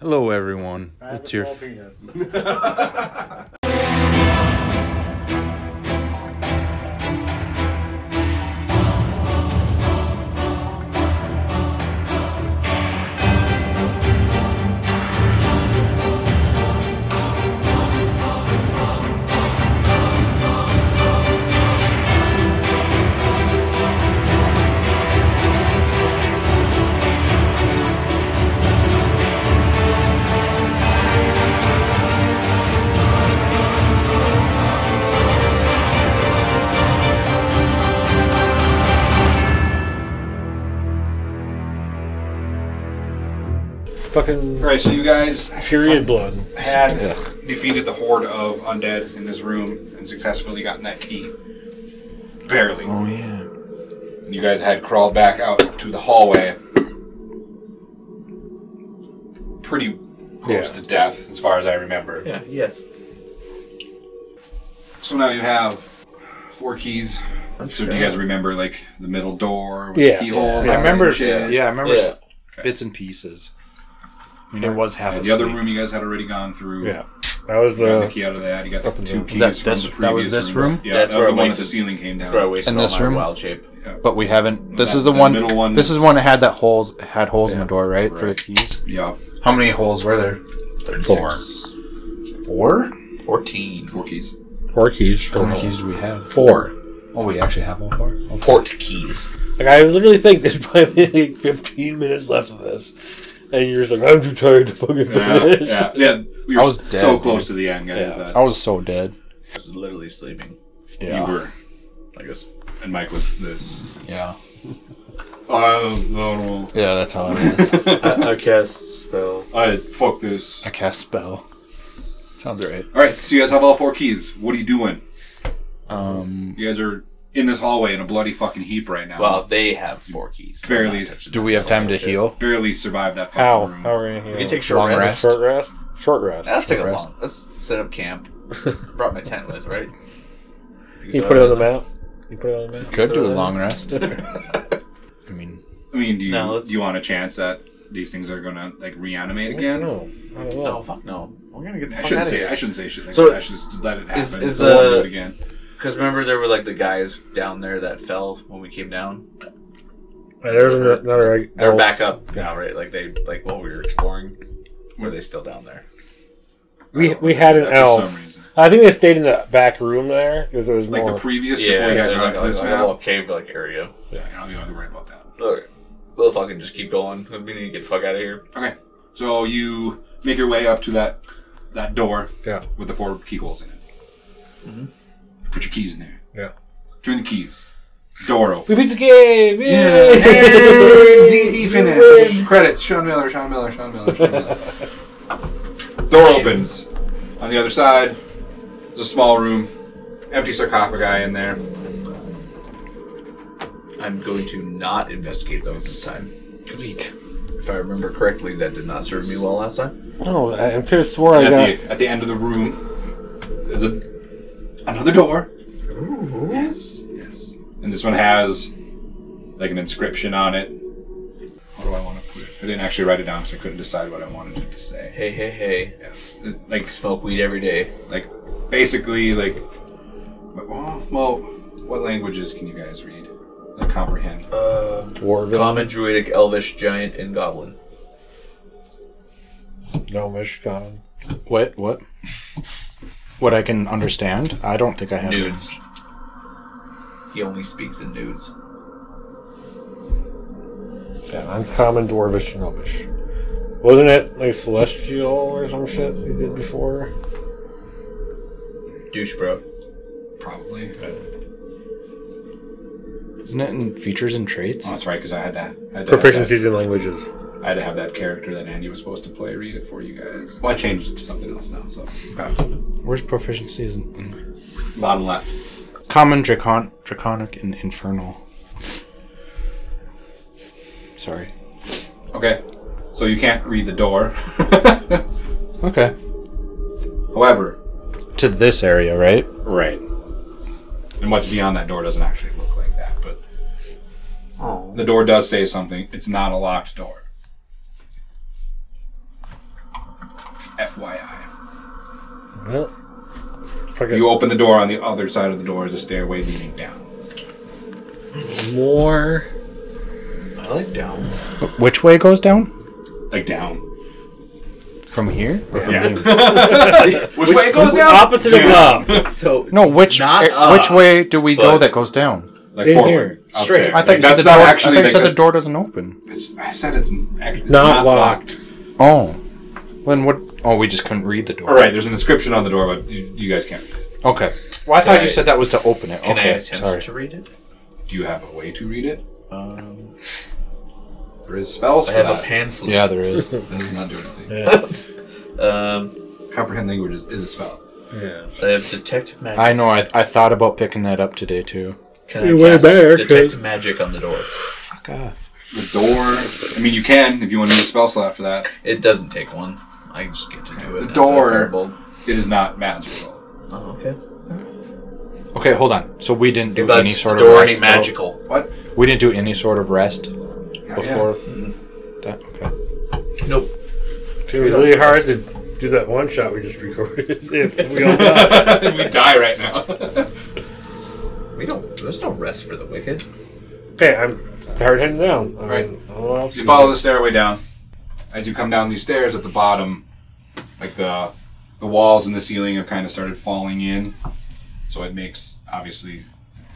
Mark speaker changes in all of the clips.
Speaker 1: Hello, everyone.
Speaker 2: I have
Speaker 1: It's
Speaker 2: a
Speaker 1: your
Speaker 2: small
Speaker 1: f-
Speaker 2: penis.
Speaker 3: Fucking
Speaker 4: Alright, so you guys
Speaker 3: period blood.
Speaker 4: had defeated the horde of undead in this room and successfully gotten that key. Barely.
Speaker 5: Oh yeah.
Speaker 4: You guys had crawled back out to the hallway. Pretty close
Speaker 1: Yeah.
Speaker 4: to death, as far as I remember.
Speaker 5: Yeah.
Speaker 6: Yes.
Speaker 4: So now you have four keys. So do you guys remember like the middle door with
Speaker 3: Yeah.
Speaker 4: the keyholes?
Speaker 1: I remember.
Speaker 4: Yeah.
Speaker 1: Yeah, I remember
Speaker 6: Yeah.
Speaker 1: bits and pieces. I mean, it was half
Speaker 4: And
Speaker 1: a
Speaker 4: the other room you guys had already gone through.
Speaker 3: Yeah. That was
Speaker 4: You got the
Speaker 3: the.
Speaker 4: key out of that. You got the
Speaker 3: Weapons
Speaker 4: two
Speaker 3: room.
Speaker 4: keys
Speaker 1: that
Speaker 4: from
Speaker 1: this-
Speaker 4: the
Speaker 1: that was
Speaker 4: previous
Speaker 1: this room?
Speaker 4: Yeah,
Speaker 6: That's
Speaker 4: that
Speaker 6: where
Speaker 4: was the
Speaker 6: I
Speaker 4: one that
Speaker 6: wasted-
Speaker 4: the ceiling came down.
Speaker 6: That's where I wasted
Speaker 1: In
Speaker 6: all
Speaker 1: this
Speaker 6: my
Speaker 1: room?
Speaker 6: wild shape.
Speaker 1: But we haven't. This
Speaker 4: That's
Speaker 1: is the
Speaker 4: the
Speaker 1: one,
Speaker 4: middle one.
Speaker 1: This is one that had that holes had holes in the door, right, For the
Speaker 4: Right.
Speaker 1: keys.
Speaker 4: Yeah,
Speaker 1: How many holes were there?
Speaker 4: four.
Speaker 1: Four.
Speaker 6: Fourteen.
Speaker 4: Four keys.
Speaker 3: Four keys.
Speaker 1: How many keys do we have? Four. Oh, we actually have all four. Okay.
Speaker 6: Port keys.
Speaker 3: Like I literally think there's probably like 15 minutes left of this, and you're just like, I'm too tired to fucking
Speaker 4: Yeah,
Speaker 3: finish.
Speaker 4: yeah, yeah. We were
Speaker 1: I was
Speaker 4: so
Speaker 1: dead,
Speaker 4: close
Speaker 1: dude.
Speaker 4: to the end, guys.
Speaker 3: Yeah.
Speaker 4: Uh,
Speaker 1: I was so dead.
Speaker 6: I was literally sleeping.
Speaker 1: Yeah.
Speaker 4: You were,
Speaker 6: I guess.
Speaker 4: and Mike was this.
Speaker 1: Yeah.
Speaker 4: I no,
Speaker 1: Yeah, that's how it was.
Speaker 2: I, I cast spell.
Speaker 4: I fuck this.
Speaker 1: I cast spell. Sounds right.
Speaker 4: All right, so you guys have all four keys. What are you doing?
Speaker 1: Um,
Speaker 4: You guys are in this hallway in a bloody fucking heap right now.
Speaker 6: Well, they have four keys.
Speaker 4: barely,
Speaker 1: do we have time
Speaker 4: Oh,
Speaker 1: to heal?
Speaker 4: barely survived that fucking
Speaker 3: How?
Speaker 4: room.
Speaker 3: How are we gonna heal?
Speaker 6: We can take short
Speaker 1: Long
Speaker 6: rest.
Speaker 1: rest.
Speaker 3: short rest. Short rest.
Speaker 6: Let's take a
Speaker 1: Rest.
Speaker 6: long. Let's set up camp. Brought my tent with, right?
Speaker 3: You put it on the map. You put it on the map.
Speaker 1: Could do a long rest. I mean,
Speaker 4: I mean, do you
Speaker 6: No, let's-
Speaker 4: do you want a chance that these things are gonna like reanimate again?
Speaker 3: No, I don't
Speaker 6: Oh
Speaker 3: know.
Speaker 6: fuck no! We're gonna get the
Speaker 4: I
Speaker 6: fuck out
Speaker 4: shouldn't
Speaker 6: of
Speaker 4: say. I
Speaker 6: here.
Speaker 4: shouldn't say shit. Like
Speaker 6: So,
Speaker 4: that. I should just let it happen.
Speaker 6: is- is
Speaker 4: so we'll do
Speaker 6: the-
Speaker 4: it again?
Speaker 6: Because remember, there were like the guys down there that fell when we came down.
Speaker 3: Uh, There's an- another. like,
Speaker 6: Oh. They're
Speaker 3: elf.
Speaker 6: back up now, right? Like they, like while we were exploring, were they still down there?
Speaker 3: We we had an
Speaker 4: For
Speaker 3: elf.
Speaker 4: some reason,
Speaker 3: I think they stayed in the back room there because it was
Speaker 4: like
Speaker 3: more.
Speaker 4: the previous before you guys
Speaker 6: they're
Speaker 4: got
Speaker 6: like,
Speaker 4: onto this
Speaker 6: like a
Speaker 4: map.
Speaker 6: little cave like area.
Speaker 4: I don't even have to worry about that.
Speaker 6: Alright. We'll fucking just keep going. We need to get the fuck out of here.
Speaker 4: Okay. So you make your way up to that that door
Speaker 3: yeah,
Speaker 4: with the four keyholes in it.
Speaker 6: Mm-hmm.
Speaker 4: Put your keys in there.
Speaker 3: yeah.
Speaker 4: Turn the keys. Door open.
Speaker 3: We beat the game! Yay!
Speaker 4: D&D finish. Credits. Sean Miller, Sean Miller, Sean Miller, Sean Miller. Door opens. On the other side, there's a small room. Empty sarcophagi in there.
Speaker 6: I'm going to not investigate those this time. Sweet. If I remember correctly, that did not serve me well last time.
Speaker 3: No, I, I could have swore I
Speaker 4: And
Speaker 3: got.
Speaker 4: at, the, at the end of the room is a, another door. Yes, yes. And this one has like an inscription on it. What do I want to put? it? I didn't actually write it down because I couldn't decide what I wanted it to say.
Speaker 6: Hey, hey, hey.
Speaker 4: Yes, it- like
Speaker 6: Smoke weed every day.
Speaker 4: like basically like. Well, well, what languages can you guys read? Like comprehend?
Speaker 3: Dwarven,
Speaker 6: Common, druidic, elvish, giant, and goblin.
Speaker 3: gnomish, common.
Speaker 1: what? What? What I can understand? I don't think I have.
Speaker 6: Nudes. He only speaks in nudes.
Speaker 3: Yeah, mine's common, dwarvish, and gnomish. Wasn't it like celestial or some shit we did before?
Speaker 6: Douche, bro.
Speaker 4: Probably.
Speaker 1: Isn't it in features and traits?
Speaker 4: Oh, that's right, because I had to. I had to have that-
Speaker 3: Proficiencies in languages.
Speaker 4: I had to have that character that Andy was supposed to play read it for you guys. Well, I changed it to something else now. So
Speaker 1: Where's proficiencies? In,
Speaker 4: bottom left.
Speaker 1: common, dracon, draconic, and infernal. Sorry.
Speaker 4: Okay. So you can't read the door.
Speaker 1: Okay.
Speaker 4: However,
Speaker 1: To this area, right?
Speaker 4: right. And what's beyond that door doesn't actually look like that, but Oh. the door does say something. It's not a locked door. FYI.
Speaker 3: Well, fucking
Speaker 4: You open the door, on the other side of the door is a stairway leading down.
Speaker 3: more.
Speaker 6: I like down.
Speaker 1: Which way goes down?
Speaker 4: Like down.
Speaker 1: From here? Or from
Speaker 4: Yeah.
Speaker 1: here?
Speaker 4: Which, way it goes down?
Speaker 3: Opposite of up.
Speaker 6: So
Speaker 1: No, which
Speaker 6: Not
Speaker 1: eh,
Speaker 6: up,
Speaker 1: which way do we go
Speaker 6: but-
Speaker 1: that goes down?
Speaker 4: Like
Speaker 3: In
Speaker 4: forward.
Speaker 3: here.
Speaker 4: Up
Speaker 6: Straight.
Speaker 4: there.
Speaker 1: I
Speaker 4: Like,
Speaker 1: think
Speaker 4: that's
Speaker 1: the door,
Speaker 4: not actually.
Speaker 1: I think
Speaker 4: like
Speaker 1: said the
Speaker 4: a-
Speaker 1: door doesn't open.
Speaker 4: It's, I said it's actually
Speaker 3: Not
Speaker 4: not, locked.
Speaker 3: locked.
Speaker 1: Oh, then what? Oh, we just couldn't read the door.
Speaker 4: All right. There's an inscription on the door, but you, you guys can't. read it.
Speaker 1: Okay. Well, I thought
Speaker 6: I-
Speaker 1: you said that was to open it.
Speaker 6: can I
Speaker 1: Okay.
Speaker 6: attempt
Speaker 1: Sorry.
Speaker 6: to read it?
Speaker 4: Do you have a way to read it?
Speaker 6: Um,
Speaker 4: There is spells
Speaker 6: I
Speaker 4: for
Speaker 6: have
Speaker 4: that.
Speaker 6: a pamphlet.
Speaker 1: Yeah, there is.
Speaker 4: That does not do anything.
Speaker 6: um,
Speaker 4: Comprehend language is, is a spell.
Speaker 3: Yeah.
Speaker 6: I have detect magic.
Speaker 1: I know. I, I thought about picking that up today too.
Speaker 6: Can I
Speaker 3: You're way
Speaker 6: cast
Speaker 3: better,
Speaker 6: detect
Speaker 3: 'cause-
Speaker 6: magic on the door?
Speaker 1: Fuck off.
Speaker 4: The door. I mean, you can if you want to use a spell slot for that.
Speaker 6: It doesn't take one. I just get to do it.
Speaker 4: The
Speaker 6: now, so
Speaker 4: door.
Speaker 6: firebolt.
Speaker 4: It is not magical.
Speaker 6: Oh, okay.
Speaker 1: Okay, hold on. So we didn't do
Speaker 6: That's
Speaker 1: any sort
Speaker 6: the
Speaker 1: of
Speaker 6: door
Speaker 1: rest,
Speaker 6: ain't magical.
Speaker 4: What?
Speaker 1: though? We didn't do any sort of rest
Speaker 4: Not yet.
Speaker 1: before that. Okay.
Speaker 6: Nope.
Speaker 3: It's gonna be really hard to do that one shot we just recorded. if we all die.
Speaker 4: we die right now.
Speaker 6: We don't. There's no rest for the wicked.
Speaker 3: okay, I'm hard heading down. I
Speaker 4: Right.
Speaker 3: mean, I don't know what else
Speaker 4: you
Speaker 3: to
Speaker 4: follow
Speaker 3: do.
Speaker 4: the stairway down. As you come down these stairs, at the bottom, like the the walls and the ceiling have kind of started falling in, so it makes obviously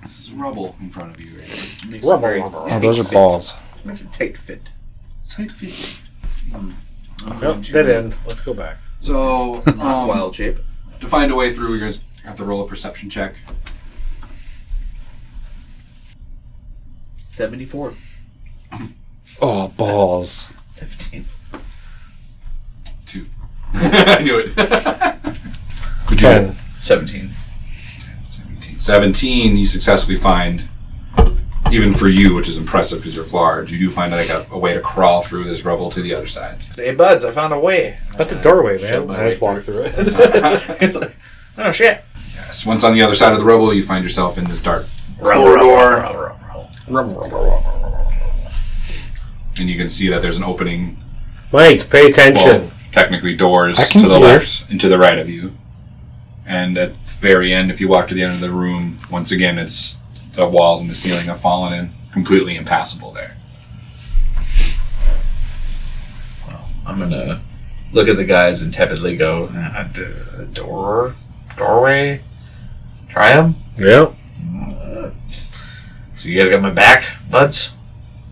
Speaker 4: this is rubble in front of you. Right?
Speaker 6: Makes
Speaker 3: Rubble,
Speaker 6: it very-
Speaker 3: rubble,
Speaker 1: Oh,
Speaker 3: rubble.
Speaker 1: those are balls.
Speaker 6: Makes a tight fit.
Speaker 4: Tight fit.
Speaker 3: Yep, dead end. Let's go back.
Speaker 4: So
Speaker 6: Not
Speaker 4: um,
Speaker 6: wild shape.
Speaker 4: to find a way through, you guys have to roll a perception check.
Speaker 6: Seventy-four.
Speaker 1: Oh, balls.
Speaker 6: Seventeen.
Speaker 4: Two. I knew it. Good
Speaker 3: Ten.
Speaker 4: job.
Speaker 6: Seventeen.
Speaker 4: 17. 17, you successfully find, even for you, which is impressive because you're large, you do find like a, a way to crawl through this rubble to the other side.
Speaker 6: Say, buds, I found a way.
Speaker 3: That's a doorway,
Speaker 6: Shove
Speaker 3: man.
Speaker 6: my
Speaker 3: I just
Speaker 6: way
Speaker 3: walked through it.
Speaker 6: it's like, oh shit.
Speaker 4: Yes. Once on the other side of the rubble, you find yourself in this dark
Speaker 6: Rubble, rubble,
Speaker 4: corridor,
Speaker 6: rubble, rubble, rubble.
Speaker 4: and you can see that there's an opening,
Speaker 3: Mike, pay attention.
Speaker 4: well, technically doors
Speaker 1: I can
Speaker 4: to the
Speaker 1: hear.
Speaker 4: left and to the right of you. And at the very end, if you walk to the end of the room, once again, it's the walls and the ceiling have fallen in, completely impassable there.
Speaker 6: I'm gonna look at the guys and tepidly go, "Uh, d- door, doorway, try them.
Speaker 3: Yep.
Speaker 6: So you guys got my back, buds.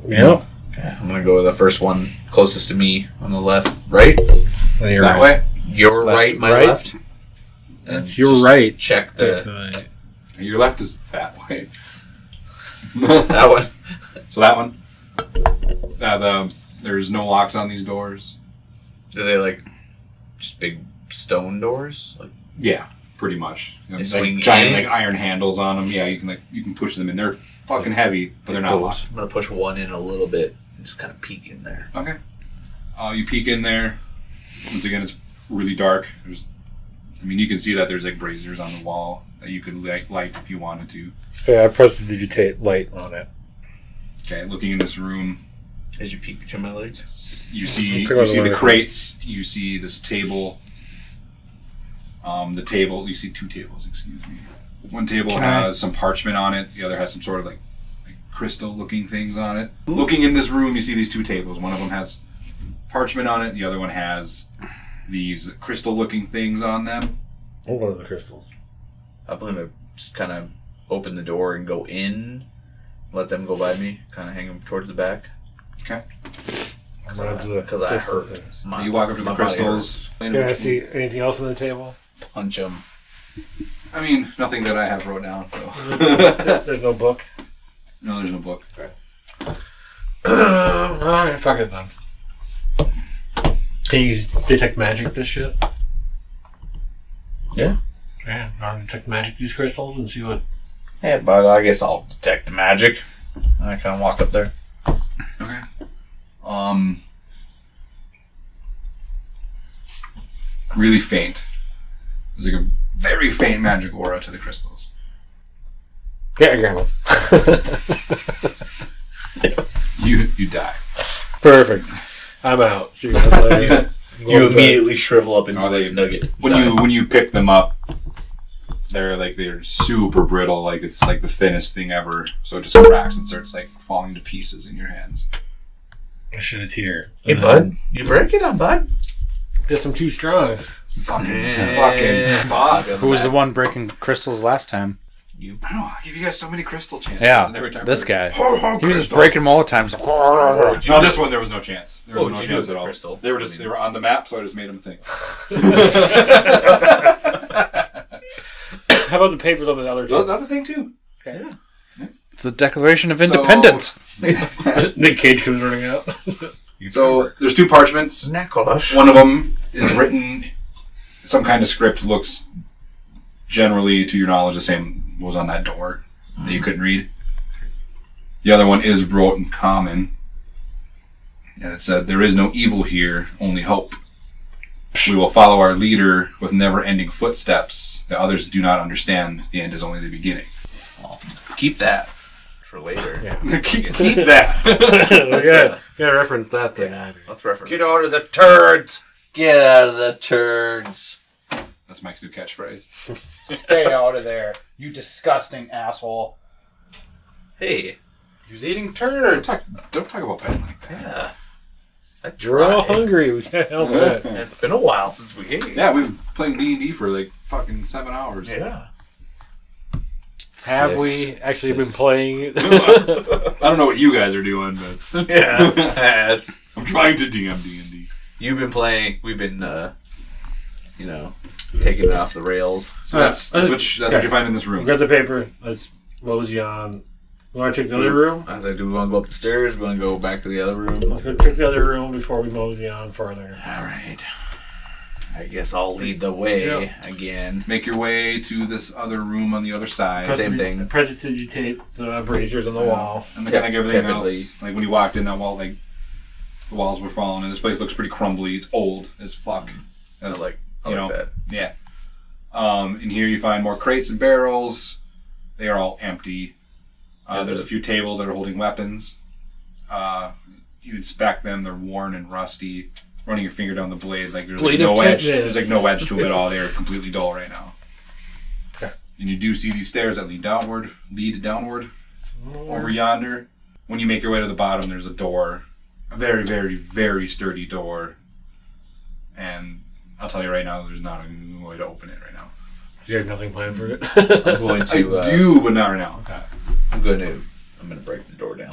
Speaker 3: Yep.
Speaker 6: I'm gonna go with the first one closest to me on the left, right.
Speaker 3: And you're
Speaker 4: That
Speaker 3: right.
Speaker 4: way,
Speaker 6: Your
Speaker 1: Left,
Speaker 6: right, my
Speaker 1: right.
Speaker 6: left. And
Speaker 5: You're
Speaker 6: just
Speaker 5: right.
Speaker 6: Check the
Speaker 4: your left is that way.
Speaker 6: that one.
Speaker 4: So that one, uh, the there's no locks on these doors.
Speaker 6: Are they like just big stone doors? Like
Speaker 4: Yeah, pretty much. You know,
Speaker 6: They
Speaker 4: like
Speaker 6: swing
Speaker 4: giant
Speaker 6: in?
Speaker 4: like iron handles on them. Yeah, you can like you can push them in. They're fucking heavy, but they're not locked.
Speaker 6: I'm gonna push one in a little bit and just kind of peek in there.
Speaker 4: Okay. Uh, you peek in there. Once again, it's really dark. There's, I mean, you can see that there's like braziers on the wall that you could light, light if you wanted to.
Speaker 3: Yeah, I pressed the digitate light on it.
Speaker 4: Okay, looking in this room,
Speaker 6: As you peek between my legs,
Speaker 4: You see,
Speaker 3: Pick out
Speaker 4: you see
Speaker 3: the
Speaker 4: the
Speaker 3: one.
Speaker 4: crates. You see this table. Um, the table. You see two tables. Excuse me. One table
Speaker 1: Can I-
Speaker 4: has some parchment on it. The other has some sort of like, like crystal-looking things on it. Looking in this room, you see these two tables. One of them has parchment on it. The other one has these crystal-looking things on them.
Speaker 3: Oh, one of the crystals.
Speaker 6: I'm gonna just kind of open the door and go in. Let them go by me. Kind of hang them towards the back.
Speaker 4: Okay.
Speaker 3: I'm gonna do the
Speaker 6: Because I
Speaker 3: crystal
Speaker 6: hurt.
Speaker 3: things.
Speaker 6: My-
Speaker 4: you walk up to the
Speaker 6: my body
Speaker 4: crystals. and
Speaker 3: Can I
Speaker 4: which-
Speaker 3: see anything else on the table?
Speaker 6: hurts. Punch them.
Speaker 4: I mean, nothing that I have wrote down. So
Speaker 3: There's no book.
Speaker 4: no, there's no book.
Speaker 3: Alright, fuck it then. Can you detect magic this shit?
Speaker 6: Yeah.
Speaker 3: Yeah, I'm gonna detect magic these crystals and see what.
Speaker 6: Yeah, but I guess I'll detect the magic. I kind of walk up there.
Speaker 4: um, really faint. There's like a very faint magic aura to the crystals.
Speaker 3: Yeah, I grab them.
Speaker 4: You you die.
Speaker 3: Perfect. I'm out. See you guys later.
Speaker 6: You immediately shrivel up into
Speaker 4: Are they-
Speaker 6: a nugget.
Speaker 4: when you when you pick them up, they're like they're super brittle. Like it's like the thinnest thing ever. So it just cracks and starts like falling to pieces in your hands.
Speaker 5: I shed a tear.
Speaker 6: Hey,
Speaker 4: Uh-huh.
Speaker 6: bud. You break it on bud.
Speaker 3: Guess I'm too strong.
Speaker 4: Fucking
Speaker 6: Yeah.
Speaker 4: fucking fuck.
Speaker 1: Who was the one breaking crystals last time?
Speaker 4: I know. I give you guys so many crystal chances.
Speaker 1: Yeah,
Speaker 4: and every time
Speaker 1: this
Speaker 4: we're
Speaker 1: guy.
Speaker 4: like, "Ho, ho,
Speaker 1: He was just
Speaker 4: crystal."
Speaker 1: breaking them all the time. He's like,
Speaker 6: Would you-
Speaker 4: No, this one there was no chance. There was
Speaker 6: What would
Speaker 4: no
Speaker 6: Oh, you do
Speaker 4: chance at
Speaker 6: with
Speaker 4: all.
Speaker 6: crystal?
Speaker 4: They were just
Speaker 6: I mean-
Speaker 4: they were on the map, so I just made them think.
Speaker 3: How about the papers on the other
Speaker 4: That's
Speaker 3: table?
Speaker 4: that's the thing too.
Speaker 1: It's the Declaration of Independence.
Speaker 3: Nick Cage comes running out.
Speaker 4: So there's two parchments.
Speaker 6: Necklace.
Speaker 4: One of them is written some kind of script looks generally to your knowledge the same was on that door that you couldn't read. The other one is wrote in common. And it said, There is no evil here, only hope. We will follow our leader with never ending footsteps. The others do not understand. The end is only the beginning.
Speaker 6: Keep that for later. Yeah.
Speaker 4: keep, keep that.
Speaker 3: yeah, yeah, reference that thing.
Speaker 6: Let's reference.
Speaker 1: out of the turds.
Speaker 6: Get out of the turds.
Speaker 4: That's Mike's new catchphrase.
Speaker 1: Stay out of there, you disgusting asshole.
Speaker 6: Hey.
Speaker 1: He was eating turds.
Speaker 4: Talk, don't talk about Ben like that.
Speaker 6: Yeah. uh, I
Speaker 3: We're all
Speaker 6: tried.
Speaker 3: hungry. We can't help it.
Speaker 6: It's been a while since we ate.
Speaker 4: Yeah, we've been playing D&D for like fucking seven hours.
Speaker 6: Yeah.
Speaker 3: Have we
Speaker 6: Six.
Speaker 3: actually
Speaker 6: Six.
Speaker 3: been playing?
Speaker 4: I don't know what you guys are doing, but
Speaker 6: Yeah. That's-
Speaker 4: I'm trying to DM D and D.
Speaker 6: you've been playing. We've been, uh, you know, taking it off the rails.
Speaker 4: So that's that's what you, that's what you find in this
Speaker 3: We
Speaker 4: room.
Speaker 3: got the paper. Let's. What was you on? You want to check the other room?
Speaker 6: I was like, do we want to go up the stairs? We want to go back to the other room?
Speaker 3: Let's go check the other room before we mosey on farther.
Speaker 6: All right. I guess I'll lead the way
Speaker 3: Yeah.
Speaker 6: again.
Speaker 4: Make your way to this other room on the other side.
Speaker 6: Same thing.
Speaker 3: Prestidigitate the braziers on the wall.
Speaker 4: And then like everything
Speaker 6: Typically.
Speaker 4: else, like when you walked in that wall, like the walls were falling, and this place looks pretty crumbly. It's old as fuck.
Speaker 6: I
Speaker 4: As
Speaker 6: was like, I
Speaker 4: you
Speaker 6: like
Speaker 4: know,
Speaker 6: that.
Speaker 4: yeah. Um, in here you find more crates and barrels. They are all empty. Uh,
Speaker 6: Yeah,
Speaker 4: there's
Speaker 6: the-
Speaker 4: a few tables that are holding weapons. Uh, you inspect them; they're worn and rusty. Running your finger down the blade, like there's
Speaker 3: Blade
Speaker 4: like
Speaker 3: of
Speaker 4: no edge.
Speaker 3: tetanus.
Speaker 4: There's like no edge to them at all. They are completely dull right now. And you do see these stairs that lead downward, lead downward over yonder. When you make your way to the bottom, there's a door, a very, very, very sturdy door. And I'll tell you right now, there's not a way to open it right now.
Speaker 3: You have nothing planned for it.
Speaker 6: I'm going to.
Speaker 4: I
Speaker 6: Uh,
Speaker 4: do, but not right now. Okay.
Speaker 6: I'm going to. I'm going to break the door down.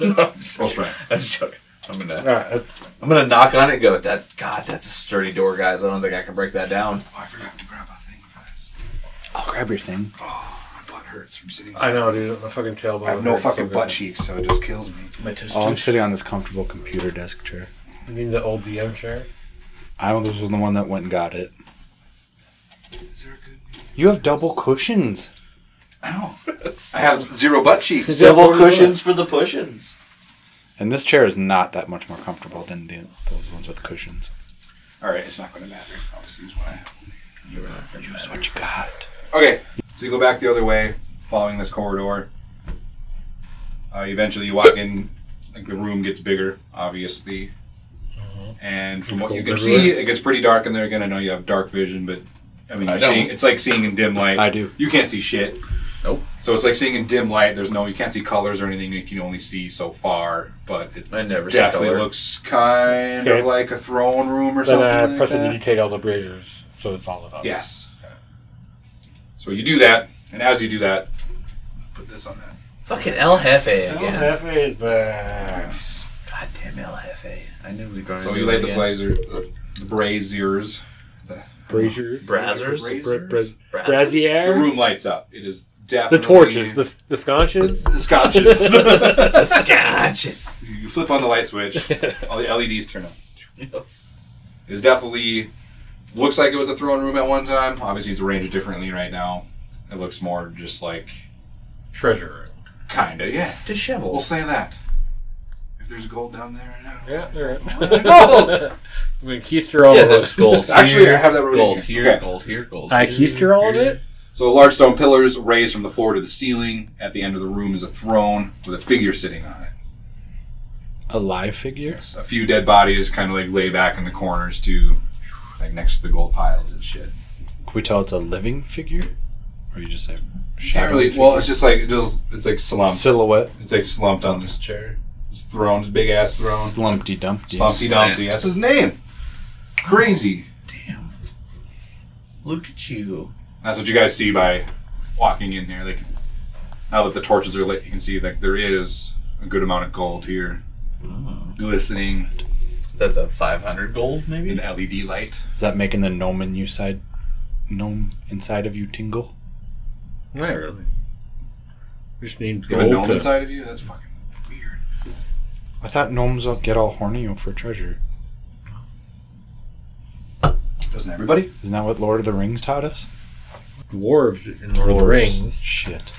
Speaker 6: I'm just
Speaker 4: Roll strength.
Speaker 6: I'm just joking. I'm gonna.
Speaker 3: All right, that's
Speaker 6: I'm gonna knock on it. and Go. That. God, that's a sturdy door, guys. I don't think I can break that down.
Speaker 4: Oh, I forgot to grab a thing, guys.
Speaker 1: I'll grab your thing.
Speaker 4: Oh, my butt hurts from sitting.
Speaker 3: I know, dude. My fucking tailbone.
Speaker 4: I have no
Speaker 3: hurts so
Speaker 4: fucking
Speaker 3: bad.
Speaker 4: butt cheeks, so it just kills me.
Speaker 5: My toast.
Speaker 1: Oh, I'm sitting on this comfortable computer desk chair.
Speaker 3: You mean the old DM chair?
Speaker 1: I was the one that went and got it.
Speaker 4: Is there a good?
Speaker 1: You have double cushions.
Speaker 4: I know. I have zero butt cheeks.
Speaker 6: Double cushions for the pushins.
Speaker 1: And this chair is not that much more comfortable than the, those ones with cushions.
Speaker 4: All right, it's not going to matter. I'll just use what I have.
Speaker 1: That's what you got.
Speaker 4: Okay. So you go back the other way, following this corridor. Uh, eventually, you walk in. Like the room gets bigger, obviously. And from what you
Speaker 3: Cold
Speaker 4: can
Speaker 3: everywhere.
Speaker 4: see, it gets pretty dark in there again. I know you have dark vision, but I mean,
Speaker 6: I
Speaker 4: you're seeing,
Speaker 6: don't.
Speaker 4: it's like seeing in dim light.
Speaker 1: I do.
Speaker 4: You can't see shit.
Speaker 6: Nope.
Speaker 4: So it's like seeing in dim light. There's no, you can't see colors or anything. You can only see so far, but it
Speaker 6: I never see
Speaker 4: definitely
Speaker 6: color.
Speaker 4: looks kind
Speaker 3: Okay.
Speaker 4: of like a throne room or
Speaker 3: Then
Speaker 4: something.
Speaker 3: I
Speaker 4: like that.
Speaker 3: prestidigitate all the braziers, so it's all about.
Speaker 4: Yes. So you do that, and as you do that, put this on that.
Speaker 6: Fucking El Jefe again.
Speaker 3: Jefe is back.
Speaker 6: Goddamn El Jefe. I knew we were going
Speaker 4: So you laid the blazer, the braziers.
Speaker 3: Braziers.
Speaker 6: Brazzers?
Speaker 3: Bra- bra-
Speaker 4: Braziers?
Speaker 6: Braziers?
Speaker 4: The
Speaker 3: Braziers.
Speaker 4: room lights up. It is
Speaker 3: The
Speaker 4: definitely
Speaker 3: torches. The, the sconches.
Speaker 4: the scotches.
Speaker 6: The scotches.
Speaker 4: you flip on the light switch, all the LEDs turn on. It's definitely looks like it was a throne room at one time. Obviously, it's arranged differently right now. It looks more just like
Speaker 3: Treasure room.
Speaker 4: kinda, yeah. We'll
Speaker 6: Disheveled.
Speaker 4: say that. If there's gold down there, I know.
Speaker 3: Yeah, all right.
Speaker 4: Gold!
Speaker 3: I'm gonna keister all
Speaker 6: Yeah,
Speaker 3: of
Speaker 6: that's
Speaker 3: it.
Speaker 6: gold.
Speaker 4: Actually, I
Speaker 6: here,
Speaker 4: have that wrote in
Speaker 6: gold here,
Speaker 4: Okay.
Speaker 6: gold here, gold
Speaker 3: I
Speaker 6: here.
Speaker 3: keister all of it.
Speaker 4: So large stone pillars raised from the floor to the ceiling. At the end of the room is a throne with a figure sitting on it.
Speaker 1: A live figure?
Speaker 4: A few dead bodies kind of like lay back in the corners too, like next to the gold piles and shit.
Speaker 1: Can we tell it's a living figure? Or you just say
Speaker 4: Not
Speaker 1: shadow
Speaker 4: really.
Speaker 1: figure?
Speaker 4: Well, it's just like it just it's like slumped.
Speaker 1: silhouette.
Speaker 4: It's like slumped on this chair. It's thrown, big ass thrown.
Speaker 1: Slumpty dumpty.
Speaker 4: Slumpy Dumpty. That's his name. Crazy.
Speaker 6: Damn. Look at you.
Speaker 4: That's what you guys see by walking in here. Like now that the torches are lit, you can see like there is a good amount of gold here, glistening
Speaker 6: Hmm. Is that the 500 gold, maybe?
Speaker 4: in LED light.
Speaker 1: Is that making the gnome in you side gnome inside of you tingle?
Speaker 3: Not really. We just need
Speaker 4: You have
Speaker 3: gold
Speaker 4: a gnome
Speaker 3: to
Speaker 4: inside of you. That's fucking weird.
Speaker 1: I thought gnomes all get all horny for treasure.
Speaker 4: Doesn't everybody?
Speaker 1: Isn't that what Lord of the Rings taught us?
Speaker 3: dwarves in Lord of the Rings.
Speaker 1: Shit.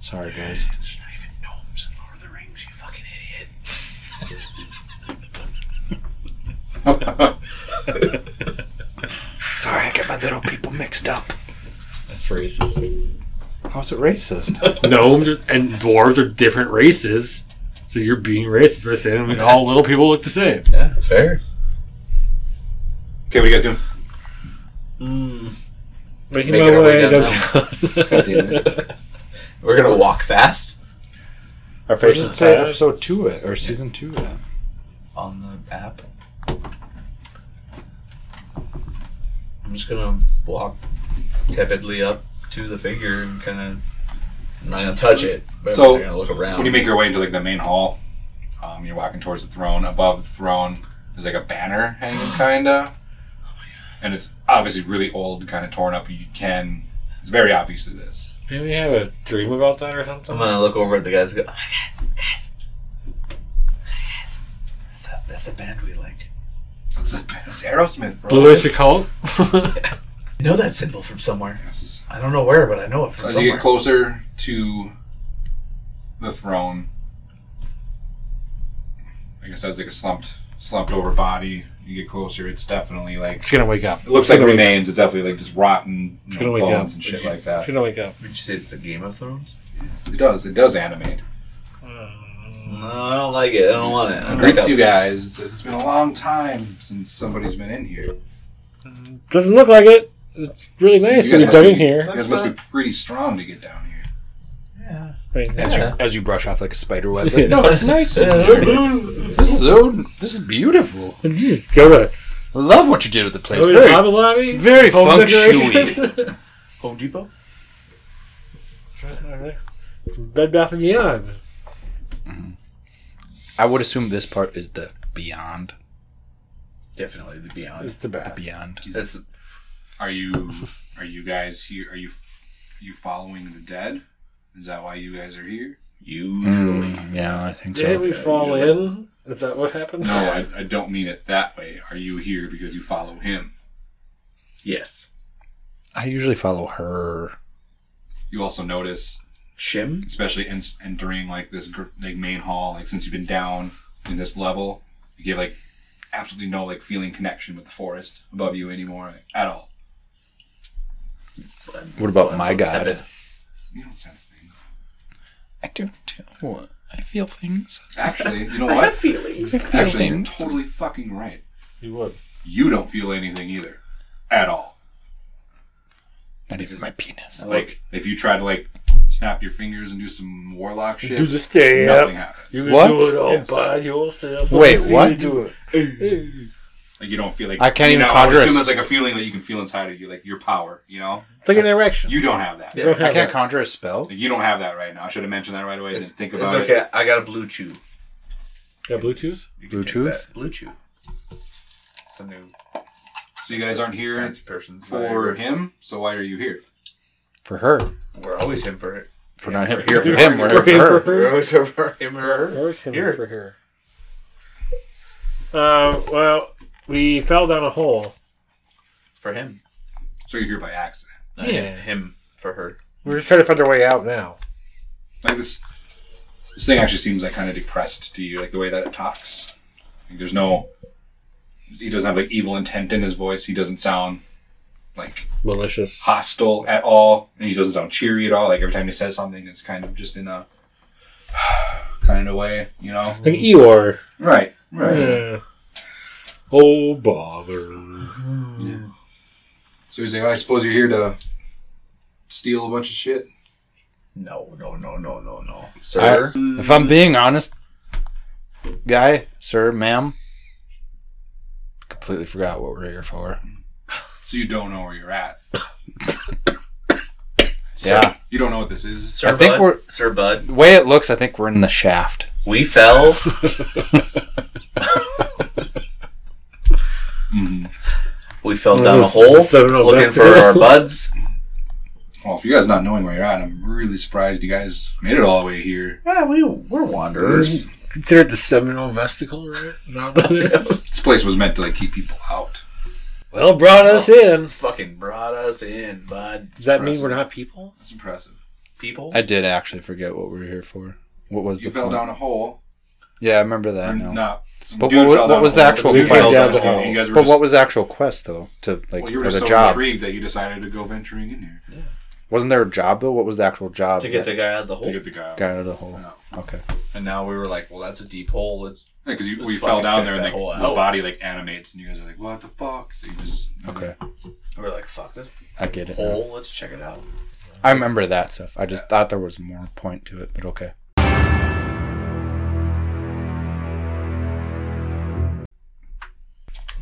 Speaker 1: Sorry guys.
Speaker 6: There's not even gnomes in Lord of the Rings, you fucking idiot.
Speaker 1: Sorry, I got my little people mixed up.
Speaker 3: That's racist.
Speaker 1: How's it racist?
Speaker 3: Gnomes are- and dwarves are different races, so you're being racist by saying we all little people look the same.
Speaker 6: Yeah, it's fair.
Speaker 4: Okay, what are you guys doing?
Speaker 3: Making
Speaker 6: Making
Speaker 3: my
Speaker 6: our way
Speaker 3: way
Speaker 6: downtown.
Speaker 3: downtown.
Speaker 6: We're gonna walk fast
Speaker 3: Our
Speaker 1: I
Speaker 3: faces
Speaker 1: should say
Speaker 3: are so
Speaker 1: episode two it or season two it.
Speaker 6: on the app. I'm just gonna walk tepidly up to the figure and kind of. I'm not gonna touch it, but
Speaker 4: So,
Speaker 6: I'm gonna look around.
Speaker 4: When you make your way into like the main hall, um, you're walking towards the throne. Above the throne, there's like a banner hanging, kinda, and it's obviously really old, kind of torn up. You can. It's very obviously this.
Speaker 3: Didn't we have a dream about that or
Speaker 6: I'm
Speaker 3: something?
Speaker 6: gonna look over at the guys. and Go, oh my god, guys, guys, that's a that's a band we like.
Speaker 4: It's, it's Aerosmith, bro.
Speaker 3: Blue Oyster Cult?
Speaker 6: I know that symbol from somewhere.
Speaker 4: Yes.
Speaker 6: I don't know where, but I know it from
Speaker 4: As you
Speaker 6: somewhere.
Speaker 4: get closer to the throne, like I said, it's like a slumped, slumped over body. You get closer, it's definitely like
Speaker 3: it's gonna wake up.
Speaker 4: it looks like remains. It's definitely like just rotten you
Speaker 3: gonna
Speaker 4: know,
Speaker 3: wake
Speaker 4: bones
Speaker 3: up.
Speaker 4: and shit like
Speaker 3: It's
Speaker 4: that.
Speaker 3: gonna wake up.
Speaker 6: Would you say it's the Game of Thrones?
Speaker 4: It does. It does animate.
Speaker 3: Uh,
Speaker 6: No, I don't like it. I don't want it. I'm
Speaker 4: Greets you guys. It says it's been a long time since somebody's been in here.
Speaker 3: Doesn't look like it. It's really
Speaker 4: So
Speaker 3: nice
Speaker 4: you
Speaker 3: when you're
Speaker 4: guys must
Speaker 3: dug in
Speaker 4: be-
Speaker 3: here.
Speaker 4: You guys must be pretty strong to get down here.
Speaker 6: Yeah.
Speaker 3: Right now.
Speaker 1: As you,
Speaker 6: Yeah.
Speaker 1: as you brush off like a spider web.
Speaker 3: Yeah.
Speaker 1: Like, no, it's nice. in here. this is so, this is beautiful.
Speaker 3: Did you just go to
Speaker 1: I love what you did with the place.
Speaker 3: go to
Speaker 1: Very,
Speaker 3: Hobby Oh, Lobby?
Speaker 1: very
Speaker 3: Home
Speaker 1: feng
Speaker 3: decoration?
Speaker 1: shui.
Speaker 6: Home Depot?
Speaker 3: Some Bed Bath and Beyond.
Speaker 1: I would assume this part is the beyond.
Speaker 6: Definitely the Beyond.
Speaker 3: It's the
Speaker 1: The
Speaker 3: bath.
Speaker 1: beyond.
Speaker 6: That's
Speaker 4: Are you? Are you guys here? Are you? Are you following the dead? Is that why you guys are here?
Speaker 6: usually.
Speaker 1: Mm, Yeah, I think
Speaker 3: Didn't
Speaker 1: so.
Speaker 3: we fall in? Is that what happened?
Speaker 4: No, I, I don't mean it that way. Are you here because you follow him?
Speaker 6: Yes.
Speaker 1: I usually follow her.
Speaker 4: You also notice,
Speaker 6: Shim?
Speaker 4: especially in, entering like this gr- like main hall, like since you've been down in this level, you get like absolutely no like feeling connection with the forest above you anymore like, at all.
Speaker 1: What about my god?
Speaker 6: Tepid.
Speaker 4: You don't sense things.
Speaker 1: I don't know. I feel things.
Speaker 4: Actually, you know what?
Speaker 6: feelings.
Speaker 4: Actually, you're
Speaker 1: things.
Speaker 4: totally fucking right.
Speaker 3: You would.
Speaker 4: You don't feel anything either, at all.
Speaker 1: Not even my penis.
Speaker 4: Like if you try to like snap your fingers and do some warlock shit,
Speaker 3: Do the stay
Speaker 4: nothing
Speaker 3: up.
Speaker 4: happens.
Speaker 3: You
Speaker 1: What?
Speaker 3: do it all
Speaker 4: Yes.
Speaker 3: by yourself.
Speaker 1: Wait,
Speaker 3: Let me see
Speaker 1: what?
Speaker 3: you do it.
Speaker 4: Like you don't feel like
Speaker 1: I can't
Speaker 4: you
Speaker 1: even
Speaker 4: know,
Speaker 1: conjure
Speaker 4: I would assume
Speaker 1: a-
Speaker 4: it's like a feeling that you can feel inside of you, like your power. You know,
Speaker 3: It's like an erection.
Speaker 4: you don't have that.
Speaker 6: Yeah.
Speaker 3: Don't have
Speaker 1: I can't
Speaker 3: that.
Speaker 1: conjure a spell.
Speaker 4: Like, you don't have that right now. I should have mentioned that right away. I
Speaker 6: It's,
Speaker 4: didn't think
Speaker 6: it's
Speaker 4: about
Speaker 6: okay.
Speaker 4: it.
Speaker 6: I got a blue chew.
Speaker 3: Yeah, Bluetooth?
Speaker 6: You can take
Speaker 1: Bluetooth?
Speaker 6: that. Blue chew. It's a new
Speaker 4: So you guys aren't here
Speaker 6: fancy person's
Speaker 4: for
Speaker 6: vibe.
Speaker 4: him. So why are you here?
Speaker 1: For her.
Speaker 6: We're always him for it.
Speaker 1: For not him. Here for him. We're here
Speaker 3: We're here
Speaker 1: for
Speaker 3: for
Speaker 1: her.
Speaker 6: We're always him for him or her.
Speaker 3: Where's him
Speaker 6: Here.
Speaker 3: for here? Uh, well, we fell down a hole.
Speaker 6: For him.
Speaker 4: So you're here by accident.
Speaker 6: Not
Speaker 3: Yeah.
Speaker 6: Him for her.
Speaker 3: We're just trying to find our way out now.
Speaker 4: Like this, this thing actually seems like kind of depressed to you, like the way that it talks. Like there's no, he doesn't have like evil intent in his voice. He doesn't sound like
Speaker 3: Malicious.
Speaker 4: hostile at all, and he doesn't sound cheery at all. Like every time he says something, it's kind of just in a kind of way, you know?
Speaker 3: Like Eeyore.
Speaker 4: Right, right.
Speaker 3: Yeah. Oh, bother.
Speaker 4: So he's like, "Oh, I suppose you're here to steal a bunch of shit.
Speaker 6: No, no, no, no, no, no. Sir?
Speaker 1: If I'm being honest, guy, sir, ma'am, completely forgot what we're here for.
Speaker 4: So you don't know where you're at.
Speaker 6: yeah.
Speaker 4: You don't know what this is.
Speaker 6: Sir
Speaker 1: I think
Speaker 6: Bud,
Speaker 1: we're-
Speaker 6: Sir Bud,
Speaker 1: The way it looks, I think we're in the shaft.
Speaker 6: we fell. Mm-hmm. We fell down a hole
Speaker 3: Set it up
Speaker 6: looking
Speaker 3: best
Speaker 6: for
Speaker 3: to-
Speaker 6: our buds.
Speaker 4: Well, if you guys not knowing where you're at, I'm really surprised you guys made it all the way here.
Speaker 6: Yeah, we we're wanderers.
Speaker 3: Considered the seminal vesicle, right? Is that what it is?
Speaker 4: This place was meant to like keep people out.
Speaker 3: well, brought us in.
Speaker 6: Fucking brought us in, bud.
Speaker 3: Does that mean we're not people?
Speaker 4: That's impressive.
Speaker 6: People.
Speaker 1: I did actually forget what we were here for. What was
Speaker 4: You
Speaker 1: the
Speaker 4: fell
Speaker 1: point?
Speaker 4: down a hole.
Speaker 1: Yeah, I remember that. now.
Speaker 4: No. Some
Speaker 1: But
Speaker 4: dude
Speaker 1: what-
Speaker 4: fell
Speaker 1: what
Speaker 4: down
Speaker 1: was
Speaker 4: a
Speaker 1: the
Speaker 4: hole.
Speaker 1: actual
Speaker 4: Some dude
Speaker 3: plan?
Speaker 4: fell
Speaker 3: Yeah,
Speaker 4: down
Speaker 3: the
Speaker 4: a hole.
Speaker 3: hole.
Speaker 4: You guys were
Speaker 1: But
Speaker 4: just,
Speaker 1: what was the actual quest though? To like
Speaker 4: well, you were
Speaker 1: for
Speaker 4: just
Speaker 1: the
Speaker 4: so
Speaker 1: job?
Speaker 4: intrigued that you decided to go venturing in here
Speaker 1: Wasn't there a job though? What was the actual job?
Speaker 6: to get
Speaker 1: that
Speaker 6: the guy out of the
Speaker 4: to
Speaker 6: hole.
Speaker 4: get the guy out.
Speaker 1: got out of the hole.
Speaker 4: No.
Speaker 1: Okay.
Speaker 6: And now we were like, well, that's a deep hole. Let's
Speaker 4: Yeah, because
Speaker 6: Let's
Speaker 4: we fell
Speaker 6: fucking
Speaker 4: down
Speaker 6: check
Speaker 4: there and
Speaker 6: that
Speaker 4: like
Speaker 6: hole
Speaker 4: his
Speaker 6: out.
Speaker 4: body like animates, and you guys are like, "What the fuck?" So you just
Speaker 1: Okay.
Speaker 6: We're like, fuck this
Speaker 1: I get it. now.
Speaker 6: hole. Let's check it out.
Speaker 1: I remember that stuff. I just thought there was more point to it, but okay.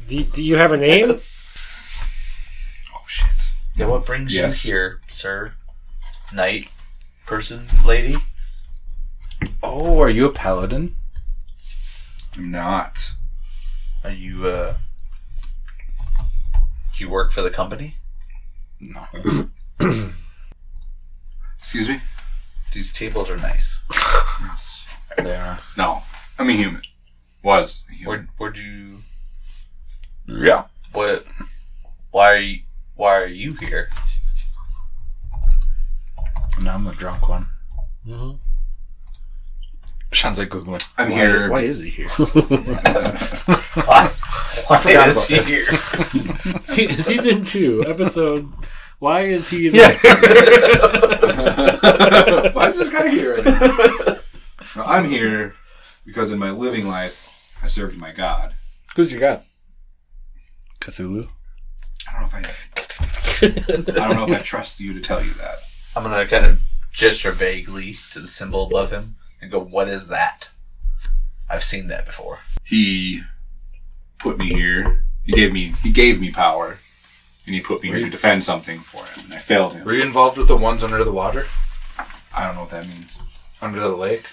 Speaker 3: Do, do you have a name?
Speaker 4: Oh shit!
Speaker 6: Yeah, what brings
Speaker 4: Yes.
Speaker 6: you here, sir? Knight, person, lady.
Speaker 1: Oh, are you a paladin?
Speaker 4: I'm not.
Speaker 6: Are you uh? You work for the company?
Speaker 1: No.
Speaker 4: Excuse me.
Speaker 6: These tables are nice.
Speaker 4: Yes.
Speaker 1: They are.
Speaker 4: No, I'm a human. Was a
Speaker 6: Where
Speaker 4: human.
Speaker 6: where'd you
Speaker 4: yeah.
Speaker 6: what? Why are you Why are you here?
Speaker 1: Now I'm the drunk one.
Speaker 4: Mm-hmm.
Speaker 1: Sounds like Googling.
Speaker 4: I'm
Speaker 1: Why-
Speaker 4: here.
Speaker 1: Why is he here?
Speaker 6: Why? Why
Speaker 1: forgot
Speaker 6: is
Speaker 1: about
Speaker 6: he
Speaker 1: this.
Speaker 6: here?
Speaker 3: Se- Season two, episode. Why is he?
Speaker 1: Yeah.
Speaker 4: Why is this guy here? Right now? Well, I'm here because in my living life, I served my god.
Speaker 3: Who's your god?
Speaker 1: Cthulhu.
Speaker 4: I don't know if I. I don't know if I trust you to tell you that.
Speaker 6: I'm gonna kind of gesture vaguely to the symbol above him and go, "What is that?" I've seen that before.
Speaker 4: he put me here. He gave me he gave me power, and he put me here to defend something for him. And I failed him.
Speaker 1: you involved with the ones under the water,
Speaker 4: I don't know what that means.
Speaker 1: under the lake?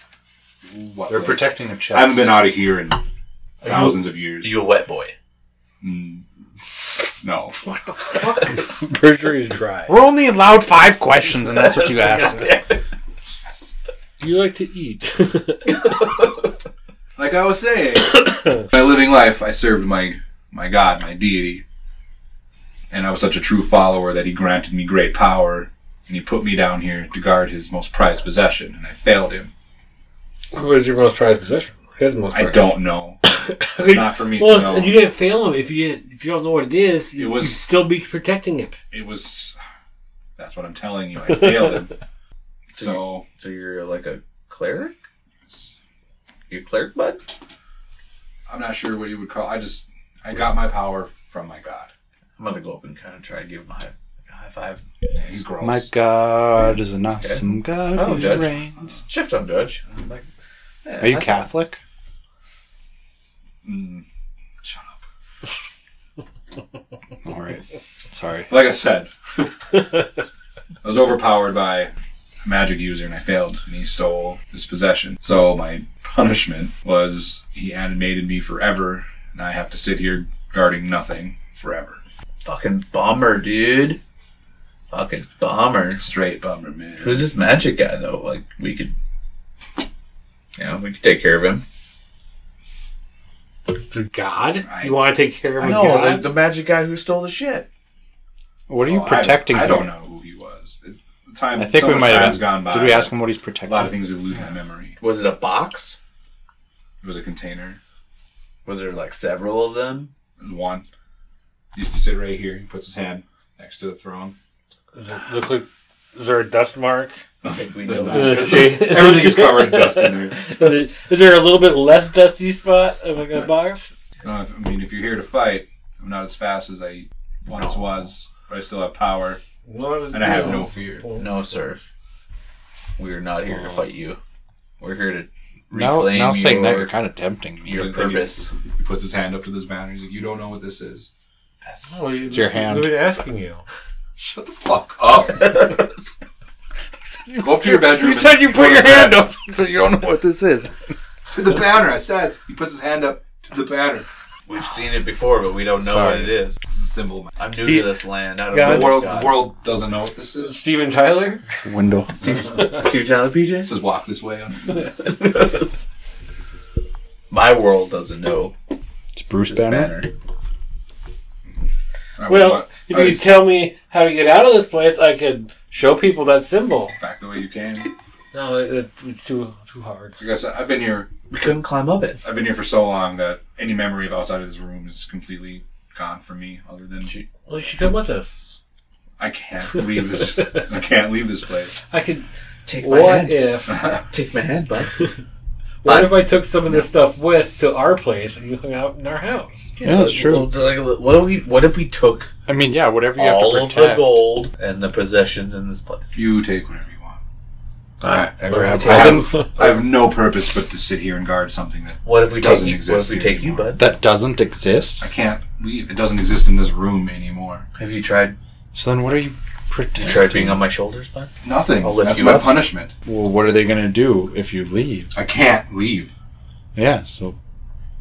Speaker 4: What? like-
Speaker 1: protecting a chest.
Speaker 4: I haven't been out of here in thousands of years.
Speaker 6: You a wet boy?
Speaker 4: No,
Speaker 3: Perjury is dry.
Speaker 1: We're only allowed five questions, and that's what you ask.
Speaker 3: Do you like to eat?
Speaker 4: like I was saying, my living life, I served my my God, my deity, and I was such a true follower that he granted me great power, and he put me down here to guard his most prized possession, and I failed him.
Speaker 3: Who is your most prized possession? His most.
Speaker 4: I
Speaker 3: prized.
Speaker 4: don't know. It's not for me to
Speaker 3: Well,
Speaker 4: know.
Speaker 3: if you didn't fail him. If you didn't, if you don't know what it is, you,
Speaker 4: was-
Speaker 3: you'd still be protecting it.
Speaker 4: it was that's what I'm telling you. I failed him. so
Speaker 6: So you're like a cleric? You a cleric, bud?
Speaker 4: I'm not sure what you would call I just I got my power from my god.
Speaker 6: I'm gonna go up and kind of try to give him a high, a high five.
Speaker 4: He's gross.
Speaker 1: My God is an awesome God.
Speaker 6: Oh,
Speaker 1: who
Speaker 6: Judge.
Speaker 1: reigns.
Speaker 6: Shift on Dodge. I'm like, yeah,
Speaker 1: Are you
Speaker 6: I-
Speaker 1: Catholic?
Speaker 4: Mm, shut up.
Speaker 1: All right. Sorry.
Speaker 4: Like I said, I was overpowered by a magic user and I failed and he stole his possession. So my punishment was he animated me forever and I have to sit here guarding nothing forever.
Speaker 6: Fucking bomber, dude. Fucking bomber.
Speaker 4: Straight bummer, man.
Speaker 6: Who's this magic guy though? Like we could, you know, we could take care of him.
Speaker 3: The God,
Speaker 4: I-
Speaker 3: you want to take care of
Speaker 1: Oh
Speaker 3: a
Speaker 6: No,
Speaker 3: God?
Speaker 6: the, the magic guy who stole the shit.
Speaker 1: What are you
Speaker 4: Well, Oh, I-
Speaker 1: protecting?
Speaker 4: I,
Speaker 1: here?
Speaker 4: don't know who he was. It- The time,
Speaker 1: I think
Speaker 4: so
Speaker 1: we
Speaker 4: much
Speaker 1: might
Speaker 4: time's
Speaker 1: have.
Speaker 4: gone by.
Speaker 1: Did we ask him what he's
Speaker 4: A
Speaker 1: protecting?
Speaker 4: lot of things elude my memory.
Speaker 6: Was it a box?
Speaker 4: It was a container.
Speaker 6: Was there like several of them?
Speaker 4: It was One he used to sit right here. He puts his hand next to the throne.
Speaker 3: Does it look like is there a dust mark?
Speaker 6: I think we know
Speaker 2: Uh,
Speaker 6: that.
Speaker 2: see.
Speaker 4: Everything's covered in dust in here.
Speaker 2: is, is there a little bit less dusty spot of like a box?
Speaker 4: No, if, I mean, if you're here to fight, I'm not as fast as I once was, but I still have power, and I have no fear.
Speaker 6: No, sir. We are not here to fight you. We're here to
Speaker 1: Oh. Now,
Speaker 6: reclaim
Speaker 1: now
Speaker 6: your,
Speaker 1: saying that, you're kind of tempting me.
Speaker 6: your purpose.
Speaker 4: He puts his hand up to this banner. He's like, "You don't know what this is."
Speaker 6: That's
Speaker 2: Oh,
Speaker 1: It's your hand.
Speaker 2: They're asking you.
Speaker 4: Shut the fuck up. Go up to your bedroom.
Speaker 1: You
Speaker 4: and
Speaker 1: said you
Speaker 4: go
Speaker 1: put
Speaker 4: to
Speaker 1: your
Speaker 4: the
Speaker 1: hand
Speaker 4: banner.
Speaker 1: up, so you don't know what this is.
Speaker 4: to the banner. I said he puts his hand up to the banner.
Speaker 6: We've seen it before, but we don't know
Speaker 1: Sorry.
Speaker 6: what it is.
Speaker 4: It's the symbol. man.
Speaker 6: I'm new
Speaker 2: Steve-
Speaker 6: to this land. I don't
Speaker 2: God.
Speaker 6: know
Speaker 4: The world,
Speaker 6: God.
Speaker 4: the world doesn't know what this is.
Speaker 2: Steven Tyler?
Speaker 1: Window.
Speaker 6: Two Tyler
Speaker 4: This
Speaker 6: PJs?
Speaker 4: is walk this way. On
Speaker 6: My world doesn't know
Speaker 1: It's Bruce
Speaker 6: this
Speaker 1: Banner.
Speaker 6: banner.
Speaker 4: All right,
Speaker 2: Well,
Speaker 4: what-
Speaker 2: if
Speaker 4: all
Speaker 2: you
Speaker 4: right,
Speaker 2: could tell me how to get out of this place, I could show people that symbol.
Speaker 4: back the way you came.
Speaker 2: No, it- it's too too hard.
Speaker 4: I guess I- I've been here.
Speaker 6: We couldn't climb up it.
Speaker 4: I've been here for so long that any memory of outside of this room is completely gone for me. Other than
Speaker 2: Well, you should come with us.
Speaker 4: I can't leave this. I can't leave this place.
Speaker 2: I could.
Speaker 6: Take my
Speaker 2: What
Speaker 6: hand.
Speaker 2: if?
Speaker 6: Take my hand, bud.
Speaker 2: What if I took some of this stuff with to our place and you hung out in our house?
Speaker 1: Yeah, that's true.
Speaker 6: Well, like, What if we, what if we took
Speaker 1: I mean, yeah, whatever you
Speaker 6: all
Speaker 1: have
Speaker 6: of
Speaker 1: to
Speaker 6: the
Speaker 1: protect.
Speaker 6: gold and the possessions in this place?
Speaker 4: You take whatever you want.
Speaker 1: Alright, I grab
Speaker 6: Take
Speaker 4: I
Speaker 1: that.
Speaker 6: them.
Speaker 4: have, I have no purpose but to sit here and guard something that
Speaker 6: What if we
Speaker 4: Doesn't
Speaker 6: take you, what if
Speaker 4: exist
Speaker 6: we take you,
Speaker 4: anymore.
Speaker 6: bud?
Speaker 1: That doesn't exist.
Speaker 4: I can't leave. It doesn't exist in this room anymore.
Speaker 6: Have you tried
Speaker 1: So then, what are you
Speaker 6: you
Speaker 1: protecting?
Speaker 6: tried being on my shoulders, bud?
Speaker 4: Nothing.
Speaker 6: I'll lift
Speaker 4: That's
Speaker 6: you
Speaker 4: my
Speaker 6: up.
Speaker 4: punishment.
Speaker 1: well, what are they gonna do if you leave?
Speaker 4: I can't leave.
Speaker 1: Yeah, so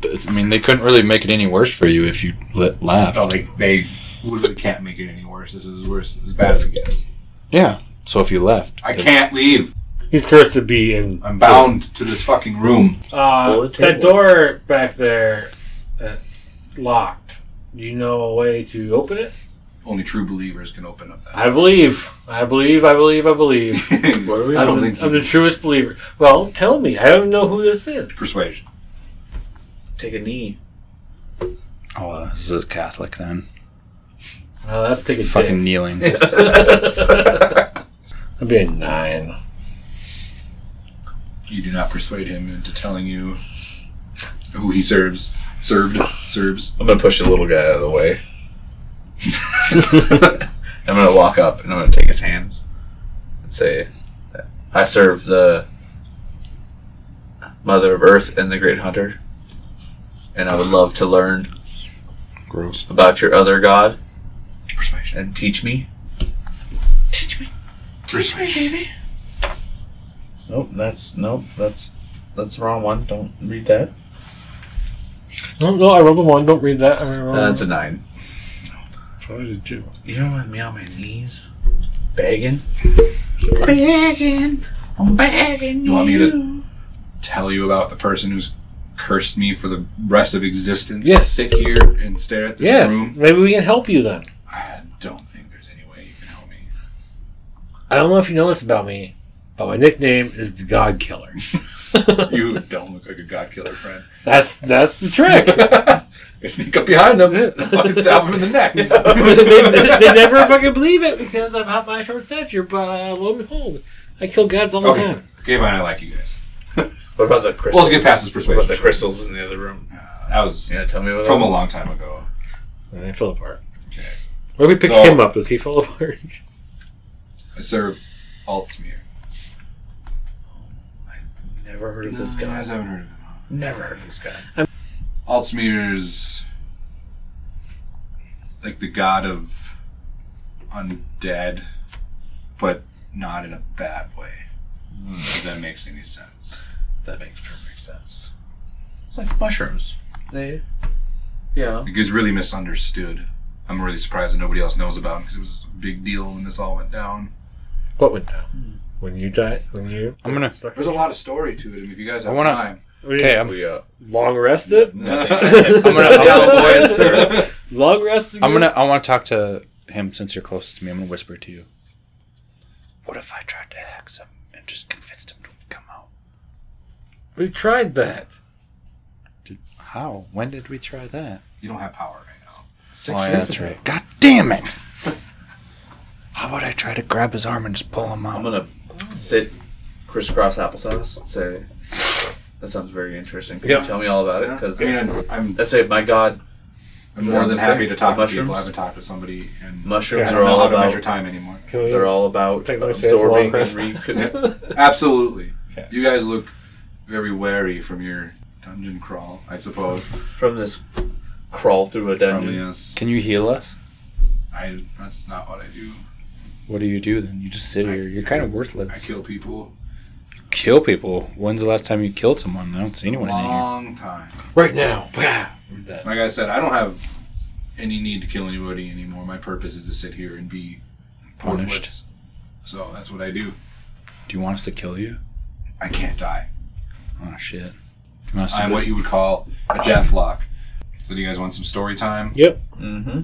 Speaker 1: th- I mean, they couldn't really make it any worse for you if you let left.
Speaker 4: No, Oh, they they literally can't make it any worse. This is as worse as bad as it gets.
Speaker 1: yeah, so if you left,
Speaker 4: I
Speaker 1: they-
Speaker 4: can't leave.
Speaker 2: He's cursed to be in.
Speaker 4: I'm bound to this fucking room.
Speaker 2: Uh,
Speaker 6: Bullet
Speaker 2: that
Speaker 6: table.
Speaker 2: door back there, uh, locked. Do you know a way to open it?
Speaker 4: Only true believers can open up that.
Speaker 2: I believe. I believe. I believe. I believe.
Speaker 4: what are we? I
Speaker 2: I'm,
Speaker 4: don't
Speaker 2: the,
Speaker 4: think
Speaker 2: I'm
Speaker 4: you-
Speaker 2: the truest believer. Well, tell me. I don't know who this is.
Speaker 4: persuasion.
Speaker 6: Take a knee.
Speaker 1: Oh, uh, this is Catholic then.
Speaker 2: Uh, let's take a
Speaker 1: Fucking
Speaker 2: dick.
Speaker 1: kneeling.
Speaker 2: I'd be a nine.
Speaker 4: You do not persuade him into telling you who he serves. Served. Serves.
Speaker 6: I'm gonna push the little guy out of the way. I'm gonna walk up and I'm gonna take his hands and say, "I serve the Mother of Earth and the Great Hunter, and I would love to learn
Speaker 1: Gross.
Speaker 6: about your other God
Speaker 4: Persuasion.
Speaker 6: and teach me." Teach me,
Speaker 4: Persuasion.
Speaker 6: baby. Nope, that's nope, that's that's the wrong one. Don't read that.
Speaker 2: No, no, I rolled a one. Don't read that. I mean, roll-
Speaker 6: Uh, that's a nine.
Speaker 1: What did it do?
Speaker 6: You know what? Me on my knees, begging, begging, I'm begging
Speaker 4: You want me to tell you about the person who's cursed me for the rest of existence?
Speaker 2: Yes.
Speaker 4: Sit here and stare at this
Speaker 2: yes.
Speaker 4: room.
Speaker 2: Maybe we can help you then.
Speaker 4: I don't think there's any way you can help me.
Speaker 2: I don't know if you know this about me, but my nickname is the God Killer.
Speaker 4: You don't look like a god killer friend.
Speaker 2: That's that's the trick.
Speaker 4: Sneak up behind him and fucking stab him in the neck.
Speaker 2: they, they- they never fucking believe it because I've had my short stature, but uh, lo and behold, I kill gods all the
Speaker 4: okay.
Speaker 2: time.
Speaker 4: okay, fine. I like you guys.
Speaker 6: What about the crystals?
Speaker 4: Let's get past this
Speaker 6: What about
Speaker 4: persuasion. Uh,
Speaker 6: the crystals in the other room?
Speaker 4: That was
Speaker 6: Yeah, tell me about
Speaker 4: from a
Speaker 6: that.
Speaker 4: long time ago.
Speaker 2: And I fell apart. What if we pick
Speaker 4: So-
Speaker 2: him up? Does he fall apart?
Speaker 4: I serve Altsmeer.
Speaker 6: Never heard of this
Speaker 4: You guys
Speaker 6: guy.
Speaker 4: haven't heard of him. huh?
Speaker 6: Never heard of this guy.
Speaker 4: Altsmeer's like the god of undead, but not in a bad way.
Speaker 6: Hmm.
Speaker 4: If that makes any sense.
Speaker 6: That makes perfect sense. It's like mushrooms. They, yeah.
Speaker 4: Like, he's really misunderstood. I'm really surprised that nobody else knows about him because it was a big deal when this all went down.
Speaker 2: What went down? When you die? When you?
Speaker 1: I'm gonna-
Speaker 2: Stuck-
Speaker 4: There's a lot of story to it. I mean, if you guys have
Speaker 1: I wanna-
Speaker 4: time,
Speaker 1: Okay, I'm,
Speaker 6: We uh,
Speaker 2: long rested.
Speaker 1: I'm gonna. I'm gonna,
Speaker 2: Long rested.
Speaker 1: I'm gonna I want to talk to him since you're closest to me. I'm gonna whisper to you. What if I tried to hex him and just convinced him to come out?
Speaker 2: We tried that.
Speaker 1: Did, how? When did we try that?
Speaker 4: you don't have power right now.
Speaker 1: Oh, yeah, that's right. God damn it! How about I try to grab his arm and just pull him out?
Speaker 6: I'm gonna sit crisscross applesauce and say, "That sounds very interesting. Can
Speaker 1: Yeah.
Speaker 6: you tell me all about it?" Because
Speaker 4: I mean, I'm, I'm,
Speaker 6: I say, my God,
Speaker 4: I'm more than
Speaker 6: Sounds
Speaker 4: happy to talk to
Speaker 6: like
Speaker 4: people.
Speaker 6: mushrooms.
Speaker 4: I haven't talked to somebody, and
Speaker 6: mushrooms
Speaker 4: I
Speaker 3: Yeah.
Speaker 6: are
Speaker 4: don't know
Speaker 6: all
Speaker 4: how to measure
Speaker 6: about.
Speaker 4: time anymore.
Speaker 3: Can we,
Speaker 6: They're all about
Speaker 3: Take those says
Speaker 6: absorbing
Speaker 3: long
Speaker 6: and
Speaker 3: rest.
Speaker 6: recon-
Speaker 4: Absolutely.
Speaker 1: Yeah.
Speaker 4: You guys look very wary from your dungeon crawl, I suppose.
Speaker 6: from this crawl through a
Speaker 4: From
Speaker 6: dungeon.
Speaker 4: yes,
Speaker 1: Can you heal us?
Speaker 4: I that's not what I do.
Speaker 1: What do you do then? You just sit
Speaker 4: I-
Speaker 1: here. You're kind of worthless.
Speaker 4: I kill people.
Speaker 1: kill people. When's the last time you killed someone? I don't see anyone in here.
Speaker 4: Long time.
Speaker 3: right now. Bah!
Speaker 4: Like I said, I don't have any need to kill anybody anymore. My purpose is to sit here and be
Speaker 1: Punished.
Speaker 4: worthless. So that's what I do.
Speaker 1: Do you want us to kill you?
Speaker 4: I can't die.
Speaker 1: Oh shit. You want us to
Speaker 4: I'm what you would call a death lock. So do you guys want some story time?
Speaker 3: Yep.
Speaker 6: Mm-hmm.